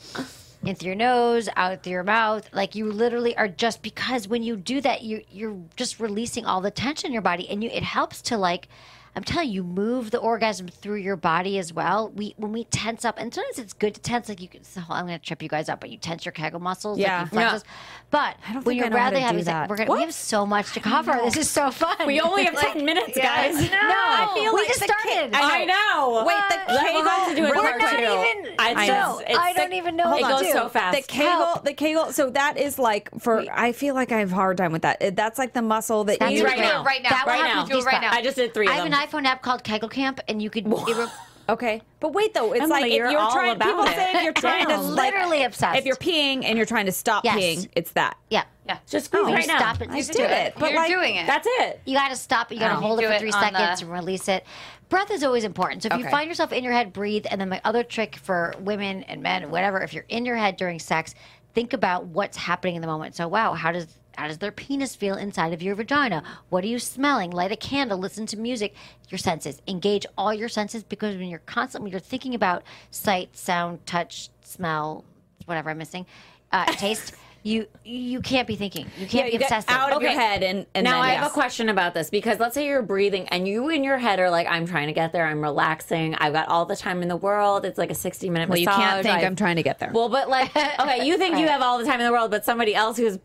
Speaker 5: in through your nose, out through your mouth. Like you literally are just because when you do that, you you're just releasing all the tension in your body, and you it helps to like. I'm telling you, move the orgasm through your body as well. We when we tense up, and sometimes it's good to tense. Like you, can, so I'm going to trip you guys up, but you tense your Kegel muscles,
Speaker 3: Yeah.
Speaker 5: yeah, like you flex
Speaker 1: Yeah.
Speaker 5: those. But
Speaker 3: I don't
Speaker 5: when
Speaker 3: think I
Speaker 5: you're
Speaker 3: know how to
Speaker 5: rather
Speaker 3: do
Speaker 5: having,
Speaker 3: that.
Speaker 5: like, we're gonna, we
Speaker 3: What?
Speaker 5: have so much to cover. This is so fun.
Speaker 1: We only have 10 minutes, guys.
Speaker 5: No,
Speaker 1: I feel
Speaker 5: we
Speaker 1: like
Speaker 5: just
Speaker 1: the
Speaker 5: started.
Speaker 1: I know.
Speaker 3: Wait, the
Speaker 1: That will have to do with
Speaker 3: Kegel-
Speaker 5: We're
Speaker 1: part
Speaker 5: not
Speaker 1: two.
Speaker 5: even-
Speaker 1: I
Speaker 5: I
Speaker 1: just-
Speaker 5: know.
Speaker 1: it's
Speaker 5: I
Speaker 1: sick.
Speaker 5: don't even know
Speaker 1: It
Speaker 5: what
Speaker 1: goes
Speaker 5: to do.
Speaker 1: so fast.
Speaker 3: The Kegel, the Kegel. So that is like for. I feel like I have a hard time with that. It- That's like the muscle that
Speaker 5: That's
Speaker 3: you.
Speaker 1: right
Speaker 4: do it
Speaker 1: now.
Speaker 4: right now.
Speaker 5: That will
Speaker 1: Right
Speaker 5: happen
Speaker 1: now.
Speaker 5: if you do it right now.
Speaker 1: I just did three of
Speaker 5: I have an
Speaker 1: them.
Speaker 5: iPhone app called Kegel Camp, and you could. It re-
Speaker 3: Okay, but wait though. It's
Speaker 1: Emily,
Speaker 3: like if
Speaker 1: you're
Speaker 3: you're,
Speaker 1: all
Speaker 3: trying.
Speaker 1: about
Speaker 3: people
Speaker 1: it.
Speaker 3: say if you're trying to
Speaker 5: I'm
Speaker 3: like,
Speaker 5: literally obsessed.
Speaker 3: if you're peeing and you're trying to stop
Speaker 5: Yes.
Speaker 3: peeing, it's that.
Speaker 5: yeah,
Speaker 4: Yeah.
Speaker 1: Just squeeze
Speaker 3: Oh,
Speaker 1: right now.
Speaker 5: stop it.
Speaker 3: I
Speaker 5: Just
Speaker 3: did
Speaker 5: do
Speaker 3: it,
Speaker 5: it.
Speaker 3: but
Speaker 4: You're
Speaker 3: like
Speaker 4: doing it.
Speaker 1: That's it.
Speaker 5: You got to stop it. You got to
Speaker 4: Oh.
Speaker 5: hold
Speaker 4: You
Speaker 5: it
Speaker 4: do
Speaker 5: for
Speaker 4: it
Speaker 5: three
Speaker 4: on
Speaker 5: seconds
Speaker 4: the-
Speaker 5: and release it. Breath is always important. So if
Speaker 3: Okay.
Speaker 5: you find yourself in your head, breathe. And then my other trick for women and men, whatever, if you're in your head during sex, think about what's happening in the moment. So wow, how does how does their penis feel inside of your vagina? What are you smelling? Light a candle, listen to music. Your senses. Engage all your senses because when you're constantly when you're thinking about sight, sound, touch, smell, whatever I'm missing, uh, taste. You you can't be thinking. You can't be
Speaker 3: you get
Speaker 5: obsessing.
Speaker 3: out of your head and and
Speaker 1: now
Speaker 3: then,
Speaker 1: I have
Speaker 3: yes.
Speaker 1: a question about this because let's say you're breathing and you in your head are like, I'm trying to get there. I'm relaxing. I've got all the time in the world. It's like a 60 minute
Speaker 3: Well, you
Speaker 1: massage.
Speaker 3: can't think
Speaker 1: I've-
Speaker 3: I'm trying to get there.
Speaker 1: Well, but like, okay, you think you have all the time in the world, but somebody else who's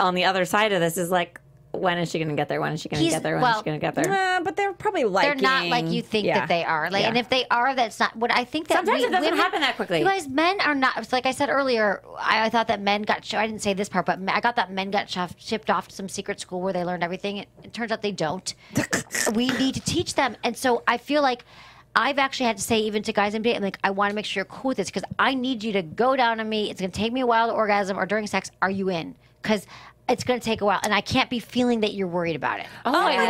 Speaker 1: on the other side of this is like, when is she going to get there? When is she going to
Speaker 5: He's-
Speaker 1: get there? When is
Speaker 5: well,
Speaker 1: she going to get there?
Speaker 3: Uh, but they're probably like
Speaker 5: they're not like you think that they are. Like, and if they are, that's not what I think. That
Speaker 1: Sometimes
Speaker 5: we-
Speaker 1: it doesn't
Speaker 5: women-
Speaker 1: happen that quickly.
Speaker 5: You guys, men are not. it's Like I said earlier, I, I thought that men got. sho- I didn't say this part, but I got that men got shuff, shipped off to some secret school where they learned everything. It, it turns out they don't. we need to teach them, and so I feel like. I've actually had to say even to guys in date, I'm like, I want to make sure you're cool with this because I need you to go down on me. It's gonna take me a while to orgasm or during sex. Are you in? Because it's gonna take a while, and I can't be feeling that you're worried about it. Oh,
Speaker 1: my
Speaker 5: And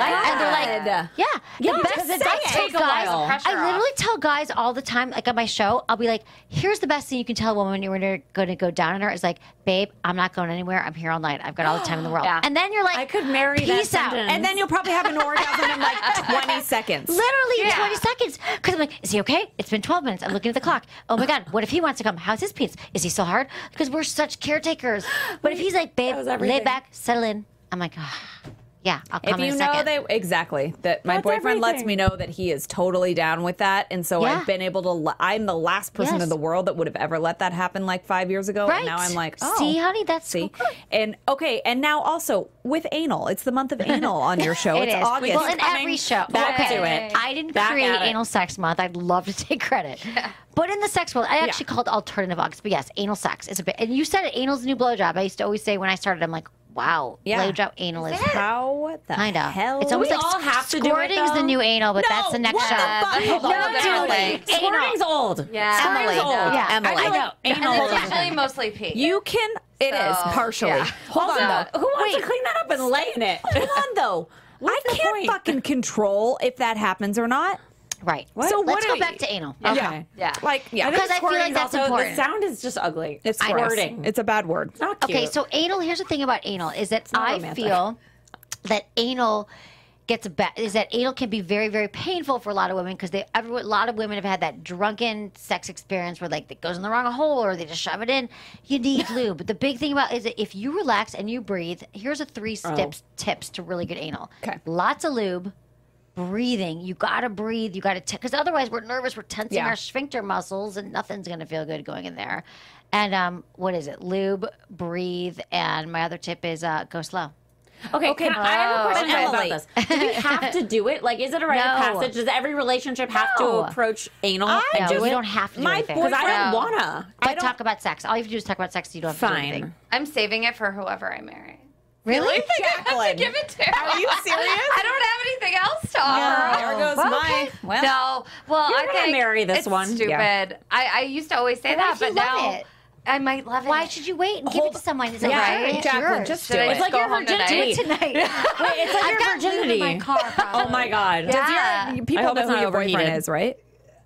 Speaker 5: they're like,
Speaker 1: God.
Speaker 5: yeah,
Speaker 1: Yeah,
Speaker 5: the
Speaker 1: because
Speaker 5: best
Speaker 1: it
Speaker 5: it
Speaker 1: does take a
Speaker 5: guys,
Speaker 1: while.
Speaker 5: I
Speaker 4: Pressure off.
Speaker 5: literally tell guys all the time, like on my show, I'll be like, "Here's the best thing you can tell a woman when you're going to go down on her is like, babe, I'm not going anywhere. I'm here all night. I've got all the time in the world."
Speaker 4: Yeah.
Speaker 5: And then you're like,
Speaker 1: I could marry that
Speaker 5: Peace out.
Speaker 1: sentence.
Speaker 5: And
Speaker 3: And then you'll probably have an orgasm in like 20 seconds.
Speaker 5: literally
Speaker 4: Yeah.
Speaker 5: 20 seconds because I'm like, "Is he okay? It's been 12 minutes. I'm looking at the clock. Oh my god, what if he wants to come? How's his penis? Is he so hard? Because we're such caretakers. But if he's like, babe,
Speaker 1: was
Speaker 5: lay
Speaker 1: everything.
Speaker 5: back, settle in. I'm like, ah, yeah, I'll come
Speaker 3: If you
Speaker 5: in a
Speaker 3: know
Speaker 5: second.
Speaker 3: they exactly that my
Speaker 1: That's
Speaker 3: boyfriend lets
Speaker 1: everything.
Speaker 3: me know that he is totally down with that, and so
Speaker 5: Yeah.
Speaker 3: I've been able to. l- I'm the last person
Speaker 5: Yes.
Speaker 3: in the world that would have ever let that happen like five years ago.
Speaker 5: Right.
Speaker 3: And now I'm like, oh,
Speaker 5: See, honey, that's so
Speaker 3: see,
Speaker 5: good.
Speaker 3: and okay, and now also with anal, it's the month of anal on your show.
Speaker 5: It
Speaker 3: it's
Speaker 5: is.
Speaker 3: August.
Speaker 5: Well, in every show.
Speaker 1: back
Speaker 5: okay.
Speaker 1: to it.
Speaker 5: I didn't
Speaker 1: Back
Speaker 5: create
Speaker 1: at it.
Speaker 5: anal sex month. I'd love to take credit. But in the sex world, I actually called alternative August. But yes, anal sex is a bit. And you said it, anal's the new blowjob. I used to always say when I started, I'm like, wow,
Speaker 3: Yeah.
Speaker 5: blowjob anal is
Speaker 3: How the
Speaker 5: kind of.
Speaker 3: hell?
Speaker 5: It's almost
Speaker 1: we
Speaker 5: like
Speaker 1: all have to do it,
Speaker 5: squirting's the
Speaker 1: though?
Speaker 5: new anal, but that's the next
Speaker 3: what
Speaker 5: show.
Speaker 3: The fuck? Hold
Speaker 4: No,
Speaker 3: on,
Speaker 4: dude.
Speaker 3: Emily.
Speaker 5: Anal.
Speaker 1: Squirting's old.
Speaker 4: Yeah.
Speaker 1: Squirting's
Speaker 4: Emily,
Speaker 1: old.
Speaker 4: no. Yeah.
Speaker 3: Emily.
Speaker 1: I know. Anal.
Speaker 4: And
Speaker 1: Hold
Speaker 4: it's
Speaker 1: on.
Speaker 4: usually mostly pee.
Speaker 3: You can. It is
Speaker 4: So,
Speaker 3: partially.
Speaker 4: yeah.
Speaker 3: Hold
Speaker 1: Also,
Speaker 3: on though.
Speaker 1: who wants to clean that up and lay in it?
Speaker 3: Hold on though.
Speaker 1: What's
Speaker 3: I
Speaker 1: the
Speaker 3: can't
Speaker 1: point?
Speaker 3: fucking control if that happens or not.
Speaker 5: Right.
Speaker 3: So
Speaker 5: Let's
Speaker 3: what
Speaker 5: go
Speaker 3: are
Speaker 5: back
Speaker 3: you-
Speaker 5: to anal.
Speaker 1: Okay.
Speaker 4: Yeah.
Speaker 3: Like yeah,
Speaker 5: Because I feel like
Speaker 1: Squirting's
Speaker 5: that's
Speaker 1: also,
Speaker 5: important.
Speaker 1: The sound is just ugly.
Speaker 3: it's
Speaker 5: I-
Speaker 3: gross.
Speaker 1: squirting.
Speaker 3: It's a bad word.
Speaker 1: not cute.
Speaker 5: Okay, so anal. Here's the thing about anal is that
Speaker 1: not
Speaker 5: I
Speaker 1: romantic.
Speaker 5: feel that anal gets a bad is that anal can be very very painful for a lot of women because they every a lot of women have had that drunken sex experience where like it goes in the wrong hole or they just shove it in. You need lube. But the big thing about is that if you relax and you breathe, here's a three
Speaker 1: Oh.
Speaker 5: steps tips to really good anal.
Speaker 3: Okay.
Speaker 5: lots of lube. Breathing, you gotta breathe. You gotta, because otherwise we're nervous. We're tensing
Speaker 3: Yeah.
Speaker 5: our sphincter muscles, and nothing's gonna feel good going in there. And um, what is it? Lube, breathe, and my other tip is uh, go slow.
Speaker 1: Okay, can I, I have
Speaker 5: Oh,
Speaker 1: a question
Speaker 3: But
Speaker 1: about this. Do we have to do it? Like, is it a rite of
Speaker 5: No.
Speaker 1: passage? Does every relationship have
Speaker 5: No.
Speaker 1: to approach anal?
Speaker 5: No,
Speaker 1: and do
Speaker 5: you
Speaker 1: it?
Speaker 5: don't have to do
Speaker 3: my
Speaker 5: anything.
Speaker 1: Because I don't
Speaker 4: No.
Speaker 1: wanna.
Speaker 5: Don't talk about sex. All you have to do is talk about sex. You don't have to do
Speaker 1: Fine.
Speaker 5: anything.
Speaker 4: I'm saving it for whoever I marry.
Speaker 5: Really?
Speaker 4: I think I have
Speaker 3: Jacqueline.
Speaker 4: to give it to.
Speaker 3: Are you serious?
Speaker 4: I don't have anything else to offer.
Speaker 3: there goes mine. Well,
Speaker 4: no. Well,
Speaker 1: You're
Speaker 4: I
Speaker 1: gonna
Speaker 4: think
Speaker 1: marry this
Speaker 4: it's
Speaker 1: one.
Speaker 4: Stupid.
Speaker 3: Yeah.
Speaker 4: I, I used to always say
Speaker 5: But
Speaker 4: that,
Speaker 5: what
Speaker 4: but
Speaker 5: if you love
Speaker 4: now
Speaker 5: it?
Speaker 4: I might love it.
Speaker 5: Why should you wait and give it to someone? It's like,
Speaker 3: Yeah,
Speaker 5: right? It's
Speaker 3: Jacqueline,
Speaker 5: yours.
Speaker 3: just
Speaker 4: Should
Speaker 3: do
Speaker 4: I
Speaker 3: it.
Speaker 1: It's like
Speaker 4: go
Speaker 1: your
Speaker 4: home tonight?
Speaker 1: virginity.
Speaker 5: tonight.
Speaker 1: Wait, it's like
Speaker 5: I've
Speaker 1: your
Speaker 5: got lube in
Speaker 1: virginity.
Speaker 5: my car.
Speaker 1: oh my god.
Speaker 4: Yeah.
Speaker 3: People
Speaker 1: I hope
Speaker 3: know
Speaker 1: it's
Speaker 3: who
Speaker 1: not
Speaker 3: your boyfriend
Speaker 1: overheated.
Speaker 3: is, right?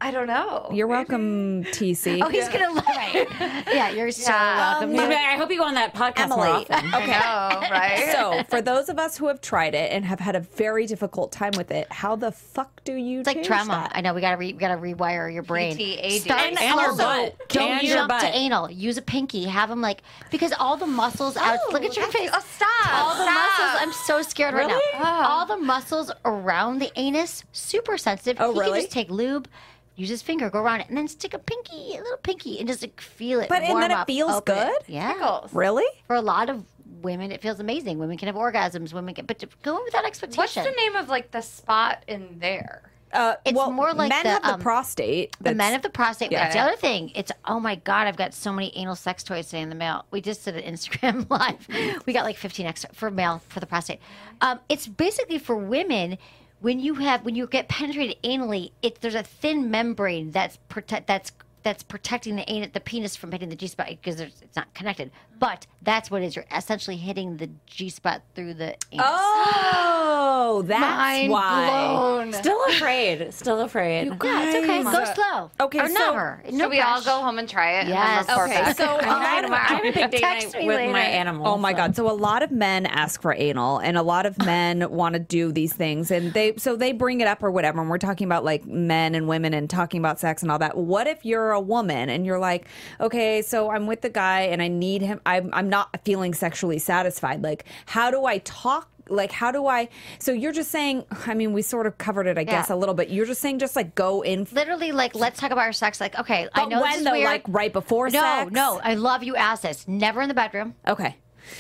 Speaker 4: I don't know.
Speaker 3: You're welcome, TC.
Speaker 5: Oh, he's gonna love it. Yeah, you're so
Speaker 4: Yeah.
Speaker 5: welcome.
Speaker 1: I mean, I hope you go on that podcast more
Speaker 5: Emily.
Speaker 1: often.
Speaker 4: okay. right?
Speaker 3: So, for those of us who have tried it and have had a very difficult time with it, how the fuck do you?
Speaker 5: It's like trauma. I know we gotta re- we gotta rewire your brain.
Speaker 4: PTAD.
Speaker 5: Start
Speaker 4: And
Speaker 1: your
Speaker 5: also,
Speaker 1: butt.
Speaker 5: Don't
Speaker 1: And your
Speaker 5: jump to
Speaker 1: butt.
Speaker 5: anal. Use a pinky. Have him like because all the muscles out. Look at your
Speaker 4: that's-
Speaker 5: face.
Speaker 4: oh, stop,
Speaker 5: All the
Speaker 4: stop.
Speaker 5: muscles. I'm so scared right now. All the muscles around the anus super sensitive.
Speaker 3: Oh,
Speaker 5: he
Speaker 3: really?
Speaker 5: can just take lube. Use his finger, go around it, and then stick a pinky, a little pinky, and just like, feel it.
Speaker 3: But- and
Speaker 5: warm
Speaker 3: then it
Speaker 5: up,
Speaker 3: feels
Speaker 5: open it.
Speaker 3: good?
Speaker 5: Yeah.
Speaker 4: Pickles.
Speaker 3: Really?
Speaker 5: For a lot of women, it feels amazing. Women can have orgasms. Women can, but to go in without expectation.
Speaker 4: What's the name of like the spot in there?
Speaker 3: Uh,
Speaker 5: It's
Speaker 3: well,
Speaker 5: more like
Speaker 3: men
Speaker 5: the,
Speaker 3: have
Speaker 5: um,
Speaker 3: the prostate.
Speaker 5: The men
Speaker 3: that's-
Speaker 5: of the prostate.
Speaker 3: Yeah.
Speaker 5: That's the other thing. It's oh my god, I've got so many anal sex toys today in the mail. We just did an Instagram live. We got like 15 extra for male for the prostate. Um, it's basically for women when you have when you get penetrated anally. It there's a thin membrane that's protect that's that's protecting the anus, the penis from hitting the G spot because there's- it's not connected. But that's what it is. You're essentially hitting the G spot through the anus.
Speaker 3: Oh, that's
Speaker 4: Mind
Speaker 3: why.
Speaker 4: blown.
Speaker 1: Still afraid. Still afraid.
Speaker 5: yeah, it's okay. Go slow.
Speaker 3: Okay,
Speaker 5: or
Speaker 3: so-
Speaker 5: never. No
Speaker 4: so we all
Speaker 5: rush.
Speaker 4: go home and try it.
Speaker 5: Yes.
Speaker 4: And then
Speaker 5: Okay,
Speaker 4: okay. Back.
Speaker 3: so,
Speaker 4: So
Speaker 1: I had a- I had a big date
Speaker 5: Text
Speaker 1: night
Speaker 5: me
Speaker 1: with
Speaker 5: later.
Speaker 1: my animals.
Speaker 3: Oh my god! So a lot of men ask for anal, and a lot of men want to do these things, and they so they bring it up or whatever. And we're talking about like men and women and talking about sex and all that. What if you're a woman and you're like, okay, so I'm with the guy and I need him. I'm I'm not feeling sexually satisfied. Like, how do I talk? Like, how do I? So you're just saying. I mean, we sort of covered it, I guess, a little bit. You're just saying, just like go in.
Speaker 5: literally like let's talk about our sex like okay i
Speaker 3: But
Speaker 5: know
Speaker 3: when
Speaker 5: this is
Speaker 3: though?
Speaker 5: weird.
Speaker 3: Like, right before
Speaker 5: no
Speaker 3: sex?
Speaker 5: no i love you ass this never in the bedroom
Speaker 3: Okay.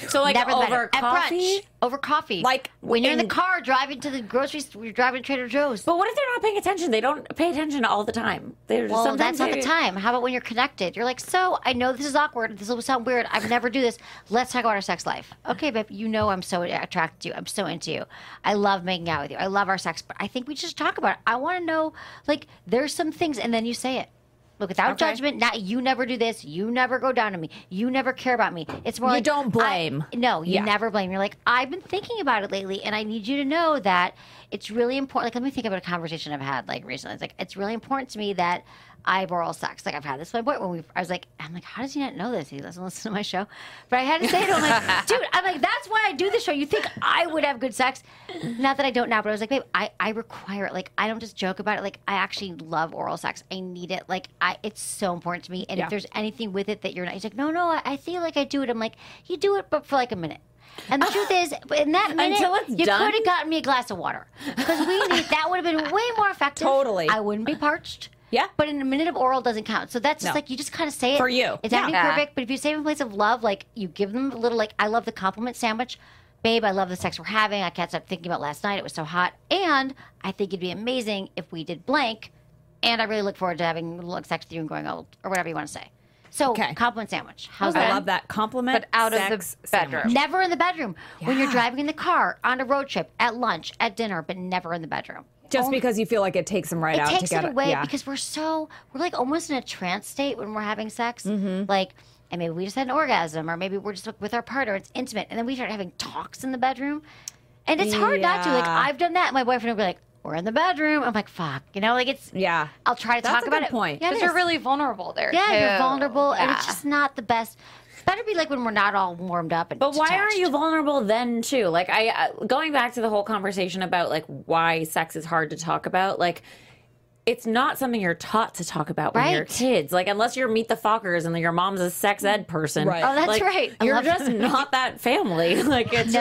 Speaker 1: So like
Speaker 5: never in the
Speaker 1: over
Speaker 5: bedroom. At
Speaker 1: coffee.
Speaker 5: brunch, over coffee
Speaker 3: Like,
Speaker 5: when you're in the
Speaker 3: in-
Speaker 5: car driving to the grocery store you're driving to trader joe's
Speaker 1: But what if they're not paying attention? They don't pay attention all the time. They're just
Speaker 5: well,
Speaker 1: sometimes
Speaker 5: that's not
Speaker 1: they-
Speaker 5: the time. How about when you're connected? You're like, so I know this is awkward. This will sound weird. I've never do this. Let's talk about our sex life. Okay, babe, you know I'm so attracted to you. I'm so into you. I love making out with you. I love our sex, but I think we should just talk about it. I want to know, like, there's some things, and then you say it. Look, without judgment, not you never do this, you never go down to me, you never care about me. It's more
Speaker 3: You
Speaker 5: like
Speaker 3: don't
Speaker 5: I-
Speaker 3: blame.
Speaker 5: no, you
Speaker 3: Yeah.
Speaker 5: never blame. You're like, I've been thinking about it lately, and I need you to know that it's really important. Like, let me think about a conversation I've had like recently. It's like it's really important to me that I have oral sex. Like, I've had this with my boy when we. I was like, I'm like, how does he not know this? He doesn't listen to my show, but I had to say it. I'm like, dude, I'm like, that's why I do this show. You think I would have good sex? Not that I don't now, but I was like, babe, I I require it. Like, I don't just joke about it. Like, I actually love oral sex. I need it. Like, I it's so important to me. And
Speaker 3: Yeah.
Speaker 5: if there's anything with it that you're not, he's like, no, no, I, I feel like I do it. I'm like, you do it, but for like a minute. And the truth is, in that minute,
Speaker 1: Until it's
Speaker 5: you could
Speaker 1: done?
Speaker 5: have gotten me a glass of water because we need that would have been way more effective.
Speaker 3: Totally.
Speaker 5: I wouldn't be parched.
Speaker 3: Yeah.
Speaker 5: but in a minute of oral doesn't count. So that's just
Speaker 3: No.
Speaker 5: like you just kind of say it
Speaker 3: For you.
Speaker 5: It's not
Speaker 4: Yeah.
Speaker 5: be perfect, but if you say it in a place of love, like you give them a little, like I love the compliment sandwich. Babe, I love the sex we're having. I can't stop thinking about last night. It was so hot. And I think it'd be amazing if we did blank. And I really look forward to having a little sex with you and going old or whatever you want to say. So,
Speaker 3: Okay.
Speaker 5: compliment sandwich. How's
Speaker 3: I
Speaker 5: that?
Speaker 3: love that compliment.
Speaker 4: but out of
Speaker 3: sex,
Speaker 4: the bedroom.
Speaker 5: Never in the bedroom. When you're
Speaker 3: Yeah.
Speaker 5: driving in the car, on a road trip, at lunch, at dinner, but never in the bedroom.
Speaker 3: just because you feel like it takes them right
Speaker 5: It
Speaker 3: out
Speaker 5: takes it
Speaker 3: together.
Speaker 5: away
Speaker 3: yeah.
Speaker 5: because we're so we're like almost in a trance state when we're having sex.
Speaker 3: Mm-hmm.
Speaker 5: Like, and maybe we just had an orgasm, or maybe we're just with our partner. It's intimate, and then we start having talks in the bedroom, and it's hard not to. Like,
Speaker 3: Yeah.
Speaker 5: I've done that. My boyfriend will be like, "We're in the bedroom." I'm like, "Fuck," you know, like it's.
Speaker 3: Yeah.
Speaker 5: I'll try to
Speaker 3: That's
Speaker 5: talk
Speaker 3: a
Speaker 5: about
Speaker 3: good
Speaker 5: it.
Speaker 3: point.
Speaker 5: Yeah, it is.
Speaker 4: Because you're really vulnerable there.
Speaker 5: yeah, you're
Speaker 4: too.
Speaker 5: vulnerable, and it's
Speaker 4: Yeah.
Speaker 5: just not the best. Better be like when we're not all warmed up and.
Speaker 1: But why aren't
Speaker 5: detached.
Speaker 1: you vulnerable then too? Like I uh, going back to the whole conversation about like why sex is hard to talk about. Like it's not something you're taught to talk about when you're
Speaker 5: Right.
Speaker 1: kids. Like unless you're meet the Fockers and your mom's a sex ed person.
Speaker 3: Right. Oh,
Speaker 5: that's
Speaker 1: Like,
Speaker 5: right. I
Speaker 1: You're
Speaker 5: love
Speaker 1: just not that family. Like it's
Speaker 5: No.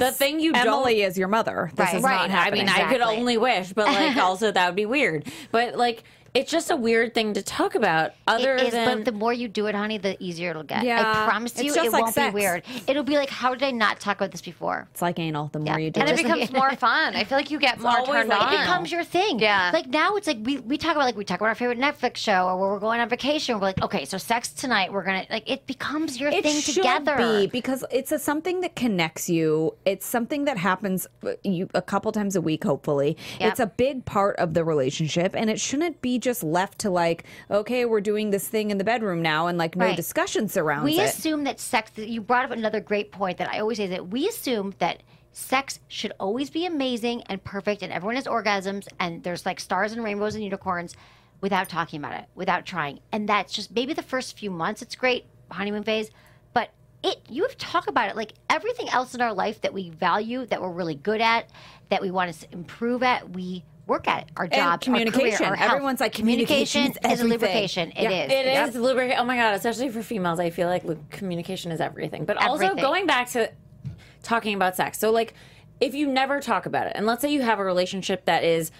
Speaker 1: just the thing you don't
Speaker 3: Emily is your mother. This
Speaker 5: Right.
Speaker 3: is
Speaker 5: Right.
Speaker 3: not happening.
Speaker 1: I mean, I could
Speaker 5: Exactly.
Speaker 1: only wish, but like also that would be weird. But like it's just a weird thing to talk about. Other
Speaker 5: It is,
Speaker 1: than
Speaker 5: but the more you do it, honey, the easier it'll get.
Speaker 3: Yeah.
Speaker 5: I promise
Speaker 3: It's
Speaker 5: you,
Speaker 3: just
Speaker 5: it
Speaker 3: like
Speaker 5: won't
Speaker 3: sex.
Speaker 5: be weird. It'll be like, how did I not talk about this before?
Speaker 3: it's like anal. The more
Speaker 5: Yeah.
Speaker 3: you do
Speaker 4: And it
Speaker 5: Just
Speaker 3: it.
Speaker 5: like-
Speaker 4: becomes more fun. I feel like you get more
Speaker 1: always
Speaker 4: turned
Speaker 1: like-
Speaker 4: on.
Speaker 5: It becomes your thing.
Speaker 4: Yeah.
Speaker 5: Like now it's like we, we talk about like we talk about our favorite Netflix show or where we're going on vacation. We're like, okay, so sex tonight, we're gonna like it becomes your
Speaker 3: It
Speaker 5: thing
Speaker 3: should
Speaker 5: together.
Speaker 3: be because it's a, something that connects you. It's something that happens uh, you a couple times a week, hopefully.
Speaker 5: Yep.
Speaker 3: It's a big part of the relationship, and it shouldn't be just left to like, okay, we're doing this thing in the bedroom now, and like no
Speaker 5: Right.
Speaker 3: discussion surrounds
Speaker 5: we
Speaker 3: it.
Speaker 5: assume that sex that you brought up another great point that i always say that we assume that sex should always be amazing and perfect and everyone has orgasms and there's like stars and rainbows and unicorns without talking about it, without trying. And that's just maybe the first few months it's great, honeymoon phase, but it you have to talk about it like everything else in our life that we value, that we're really good at, that we want to s- improve at, we work at it. Our jobs, our
Speaker 3: communication.
Speaker 5: career, our health.
Speaker 3: Everyone's like,
Speaker 5: communication
Speaker 3: communication's
Speaker 5: is a
Speaker 3: everything.
Speaker 5: lubrication. It is.
Speaker 3: Yeah.
Speaker 1: It is lubrication. Oh my god, especially for females, I feel like lu- communication is everything. But also
Speaker 5: Everything.
Speaker 1: going back to talking about sex. So like, if you never talk about it, and let's say you have a relationship that is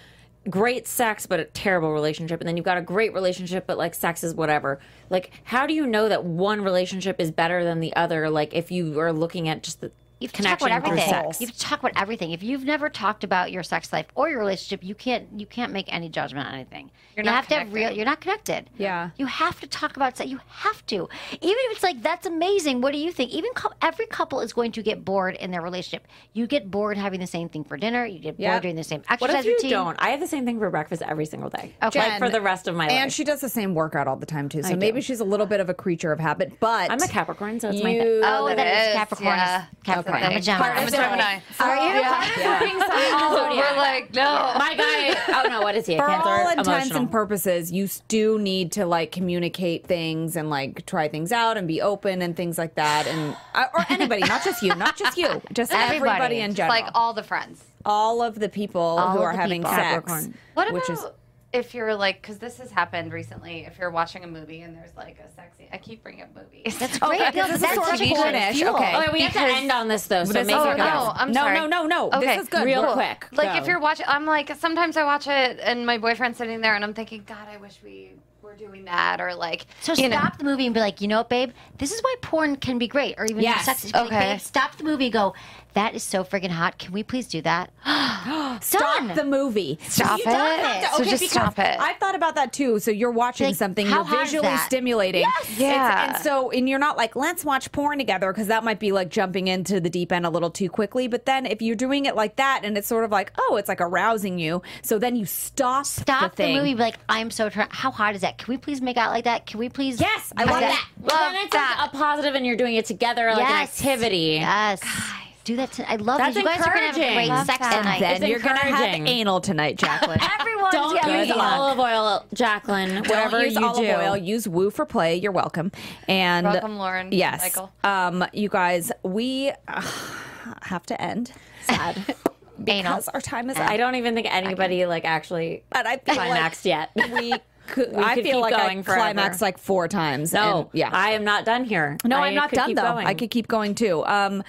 Speaker 1: great sex but a terrible relationship, and then you've got a great relationship but like sex is whatever. Like, how do you know that one relationship is better than the other? Like, if you are looking at just the
Speaker 5: You have to talk
Speaker 1: connection
Speaker 5: about
Speaker 1: through
Speaker 5: everything.
Speaker 1: sex.
Speaker 5: You have to talk about everything. If you've never talked about your sex life or your relationship, you can't you can't make any judgment on anything. You're you
Speaker 4: not
Speaker 5: have to have real.
Speaker 4: connected.
Speaker 5: You're not connected.
Speaker 3: Yeah.
Speaker 5: You have to talk about sex. You have to. Even if it's like that's amazing. What do you think? Even cou- every couple is going to get bored in their relationship. You get bored having the same thing for dinner. You get bored
Speaker 3: Yep.
Speaker 5: doing the same
Speaker 1: what
Speaker 5: exercise
Speaker 1: if you
Speaker 5: routine.
Speaker 1: don't? I have the same thing for breakfast every single day. Okay.
Speaker 5: Jen,
Speaker 1: for the rest of my
Speaker 3: And
Speaker 1: life.
Speaker 3: she does the same workout all the time too. So maybe she's a little bit of a creature of habit. But
Speaker 1: I'm a Capricorn, so it's my
Speaker 3: You-
Speaker 1: thing.
Speaker 5: Oh,
Speaker 4: that
Speaker 5: that is,
Speaker 4: is,
Speaker 5: Capricorn.
Speaker 4: yeah.
Speaker 5: Capricorn. I'm a Gemini.
Speaker 4: I'm a Gemini.
Speaker 5: Are you?
Speaker 4: We're like, no.
Speaker 1: My guy. Oh no, what is he? A
Speaker 3: for
Speaker 1: cancer?
Speaker 3: all intents
Speaker 1: Emotional.
Speaker 3: and purposes, you s- do need to like communicate things and like try things out and be open and things like that. And uh, or anybody, not just you, not just you, just everybody,
Speaker 5: Everybody.
Speaker 3: in
Speaker 5: Just
Speaker 3: general,
Speaker 4: like all the friends.
Speaker 3: all of the people who
Speaker 5: of
Speaker 3: are
Speaker 5: the
Speaker 3: having
Speaker 5: people.
Speaker 3: sex.
Speaker 1: Capricorn.
Speaker 4: What about
Speaker 3: which is
Speaker 4: if you're like, because this has happened recently, if you're watching a movie and there's like a sexy, I keep bringing up movies.
Speaker 5: That's great.
Speaker 3: Okay,
Speaker 5: No,
Speaker 3: this is
Speaker 5: that's
Speaker 3: sort of
Speaker 5: such
Speaker 3: pornish.
Speaker 5: fuel.
Speaker 3: Okay.
Speaker 1: Oh, wait, we have to end on this though. So
Speaker 3: This-
Speaker 1: make
Speaker 3: oh,
Speaker 1: it
Speaker 3: no,
Speaker 1: go.
Speaker 4: I'm
Speaker 1: no,
Speaker 4: sorry.
Speaker 1: no, no, no.
Speaker 4: Okay,
Speaker 1: This is good.
Speaker 4: cool.
Speaker 1: Real quick.
Speaker 4: Like
Speaker 1: Go.
Speaker 4: if you're watching, I'm like sometimes I watch it and my boyfriend's sitting there and I'm thinking, God, I wish we were doing that or like.
Speaker 5: So
Speaker 4: you know.
Speaker 5: stop the movie and be like, you know what, babe? This is why porn can be great, or even
Speaker 3: Yes.
Speaker 5: sex. Like,
Speaker 4: Okay.
Speaker 5: babe, stop the movie. and Go. That is so friggin' hot. Can we please do that? Done.
Speaker 3: stop the movie.
Speaker 4: Stop
Speaker 3: You
Speaker 4: it.
Speaker 3: don't have to-
Speaker 4: So
Speaker 3: okay,
Speaker 4: just
Speaker 3: because
Speaker 4: stop it.
Speaker 3: I've thought about that too. So you're watching
Speaker 5: Like,
Speaker 3: something,
Speaker 5: how
Speaker 3: you're
Speaker 5: hot is
Speaker 3: visually
Speaker 5: that?
Speaker 3: stimulating.
Speaker 5: Yes.
Speaker 3: It's-
Speaker 4: Yeah.
Speaker 3: and so, and you're not like, let's watch porn together because that might be like jumping into the deep end a little too quickly. But then if you're doing it like that and it's sort of like, oh, it's like arousing you. So then you stop,
Speaker 5: Stop
Speaker 3: the
Speaker 5: the,
Speaker 3: thing.
Speaker 5: movie. and Be like, I'm so turned. How hot is that? Can we please make out like that? Can we please?
Speaker 3: Yes, I
Speaker 5: do
Speaker 3: love that.
Speaker 1: Well, then it's like
Speaker 4: that.
Speaker 1: a positive, and you're doing it together, like an
Speaker 5: Yes.
Speaker 1: activity.
Speaker 5: Yes. Do that. To, I love
Speaker 1: That's
Speaker 5: that. You guys are gonna have a
Speaker 1: encouraging.
Speaker 5: great
Speaker 1: Love
Speaker 5: sex
Speaker 4: that.
Speaker 5: tonight.
Speaker 3: Then
Speaker 1: It's
Speaker 3: you're going to have
Speaker 1: encouraging.
Speaker 3: anal tonight, Jacqueline.
Speaker 5: Everyone's
Speaker 1: Don't
Speaker 5: getting
Speaker 1: use
Speaker 5: good luck.
Speaker 1: olive oil, Jacqueline. Whatever
Speaker 3: Don't use
Speaker 1: you
Speaker 3: olive
Speaker 1: do.
Speaker 3: oil. Use Woo for play. You're welcome. And
Speaker 4: Welcome, Lauren,
Speaker 3: Yes,
Speaker 4: Michael.
Speaker 3: Um, you guys, we uh, have to end. Sad.
Speaker 5: Anal.
Speaker 3: because our time is
Speaker 1: I
Speaker 3: up.
Speaker 1: don't even think anybody like actually
Speaker 3: But I feel
Speaker 1: climaxed yet.
Speaker 3: like we could.
Speaker 1: We
Speaker 3: I
Speaker 1: could
Speaker 3: feel
Speaker 1: keep
Speaker 3: like I
Speaker 1: going forever.
Speaker 3: climaxed like four times. and-
Speaker 1: No,
Speaker 3: yeah.
Speaker 1: I am not done here.
Speaker 3: no, I'm not
Speaker 1: could
Speaker 3: done
Speaker 1: keep
Speaker 3: though.
Speaker 1: going.
Speaker 3: I could keep going too. Um,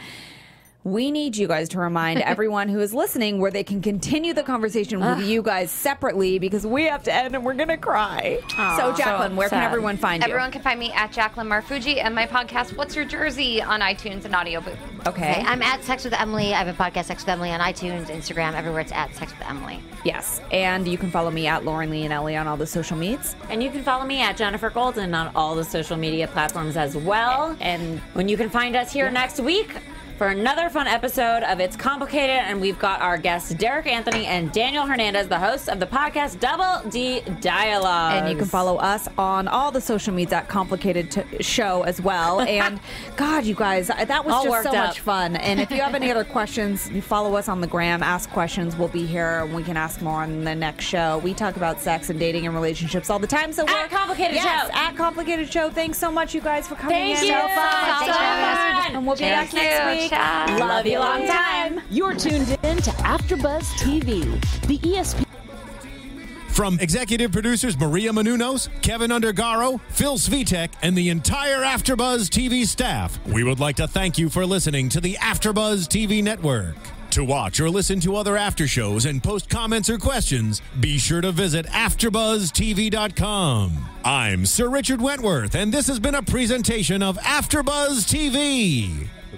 Speaker 3: we need you guys to remind everyone who is listening where they can continue the conversation with you guys separately because we have to end and we're gonna cry. so, Jacqueline, where can
Speaker 1: sad.
Speaker 3: everyone find you?
Speaker 4: Everyone can find me at Jacqueline Marfuji and my podcast, What's Your Jersey, on iTunes and audiobook.
Speaker 3: Okay.
Speaker 1: "Ah."
Speaker 5: I'm at Sex with Emily. I have a podcast, Sex with Emily, on iTunes, Instagram, everywhere. It's at Sex with Emily.
Speaker 3: Yes. And you can follow me at Lauren Lee and Ellie on all the social meets.
Speaker 1: And you can follow me at Jennifer Golden on all the social media platforms as well. And when you can find us here next week for another fun episode of It's Complicated, and we've got our guests Derek Anthony and Daniel Hernandez, the hosts of the podcast Double D Dialogue.
Speaker 3: And you can follow us on all the social meets at Complicated T- Show as well. And God, you guys, I- that was
Speaker 1: All
Speaker 3: just
Speaker 1: worked
Speaker 3: so
Speaker 1: up.
Speaker 3: much fun. And if you have any other questions, you follow us on the gram, ask questions. We'll be here and we can ask more on the next show. We talk about sex and dating and relationships all the time. So we're
Speaker 1: Complicated
Speaker 3: yes,
Speaker 1: Show.
Speaker 3: At Complicated Show. Thanks so much, you guys, for coming
Speaker 1: Thank
Speaker 3: in.
Speaker 1: you.
Speaker 3: So fun.
Speaker 5: Thanks for having
Speaker 1: us.
Speaker 3: And we'll be
Speaker 4: Thank
Speaker 3: back next
Speaker 4: you.
Speaker 3: week.
Speaker 4: Ciao.
Speaker 1: Love you long time.
Speaker 6: You're tuned in to AfterBuzz TV, the E ESPN.
Speaker 7: From executive producers Maria Manunos, Kevin Undergaro, Phil Svitek, and the entire AfterBuzz TV staff, we would like to thank you for listening to the AfterBuzz TV network. To watch or listen to other after shows and post comments or questions, be sure to visit AfterBuzzTV.com. I'm Sir Richard Wentworth, and this has been a presentation of AfterBuzz TV.
Speaker 8: The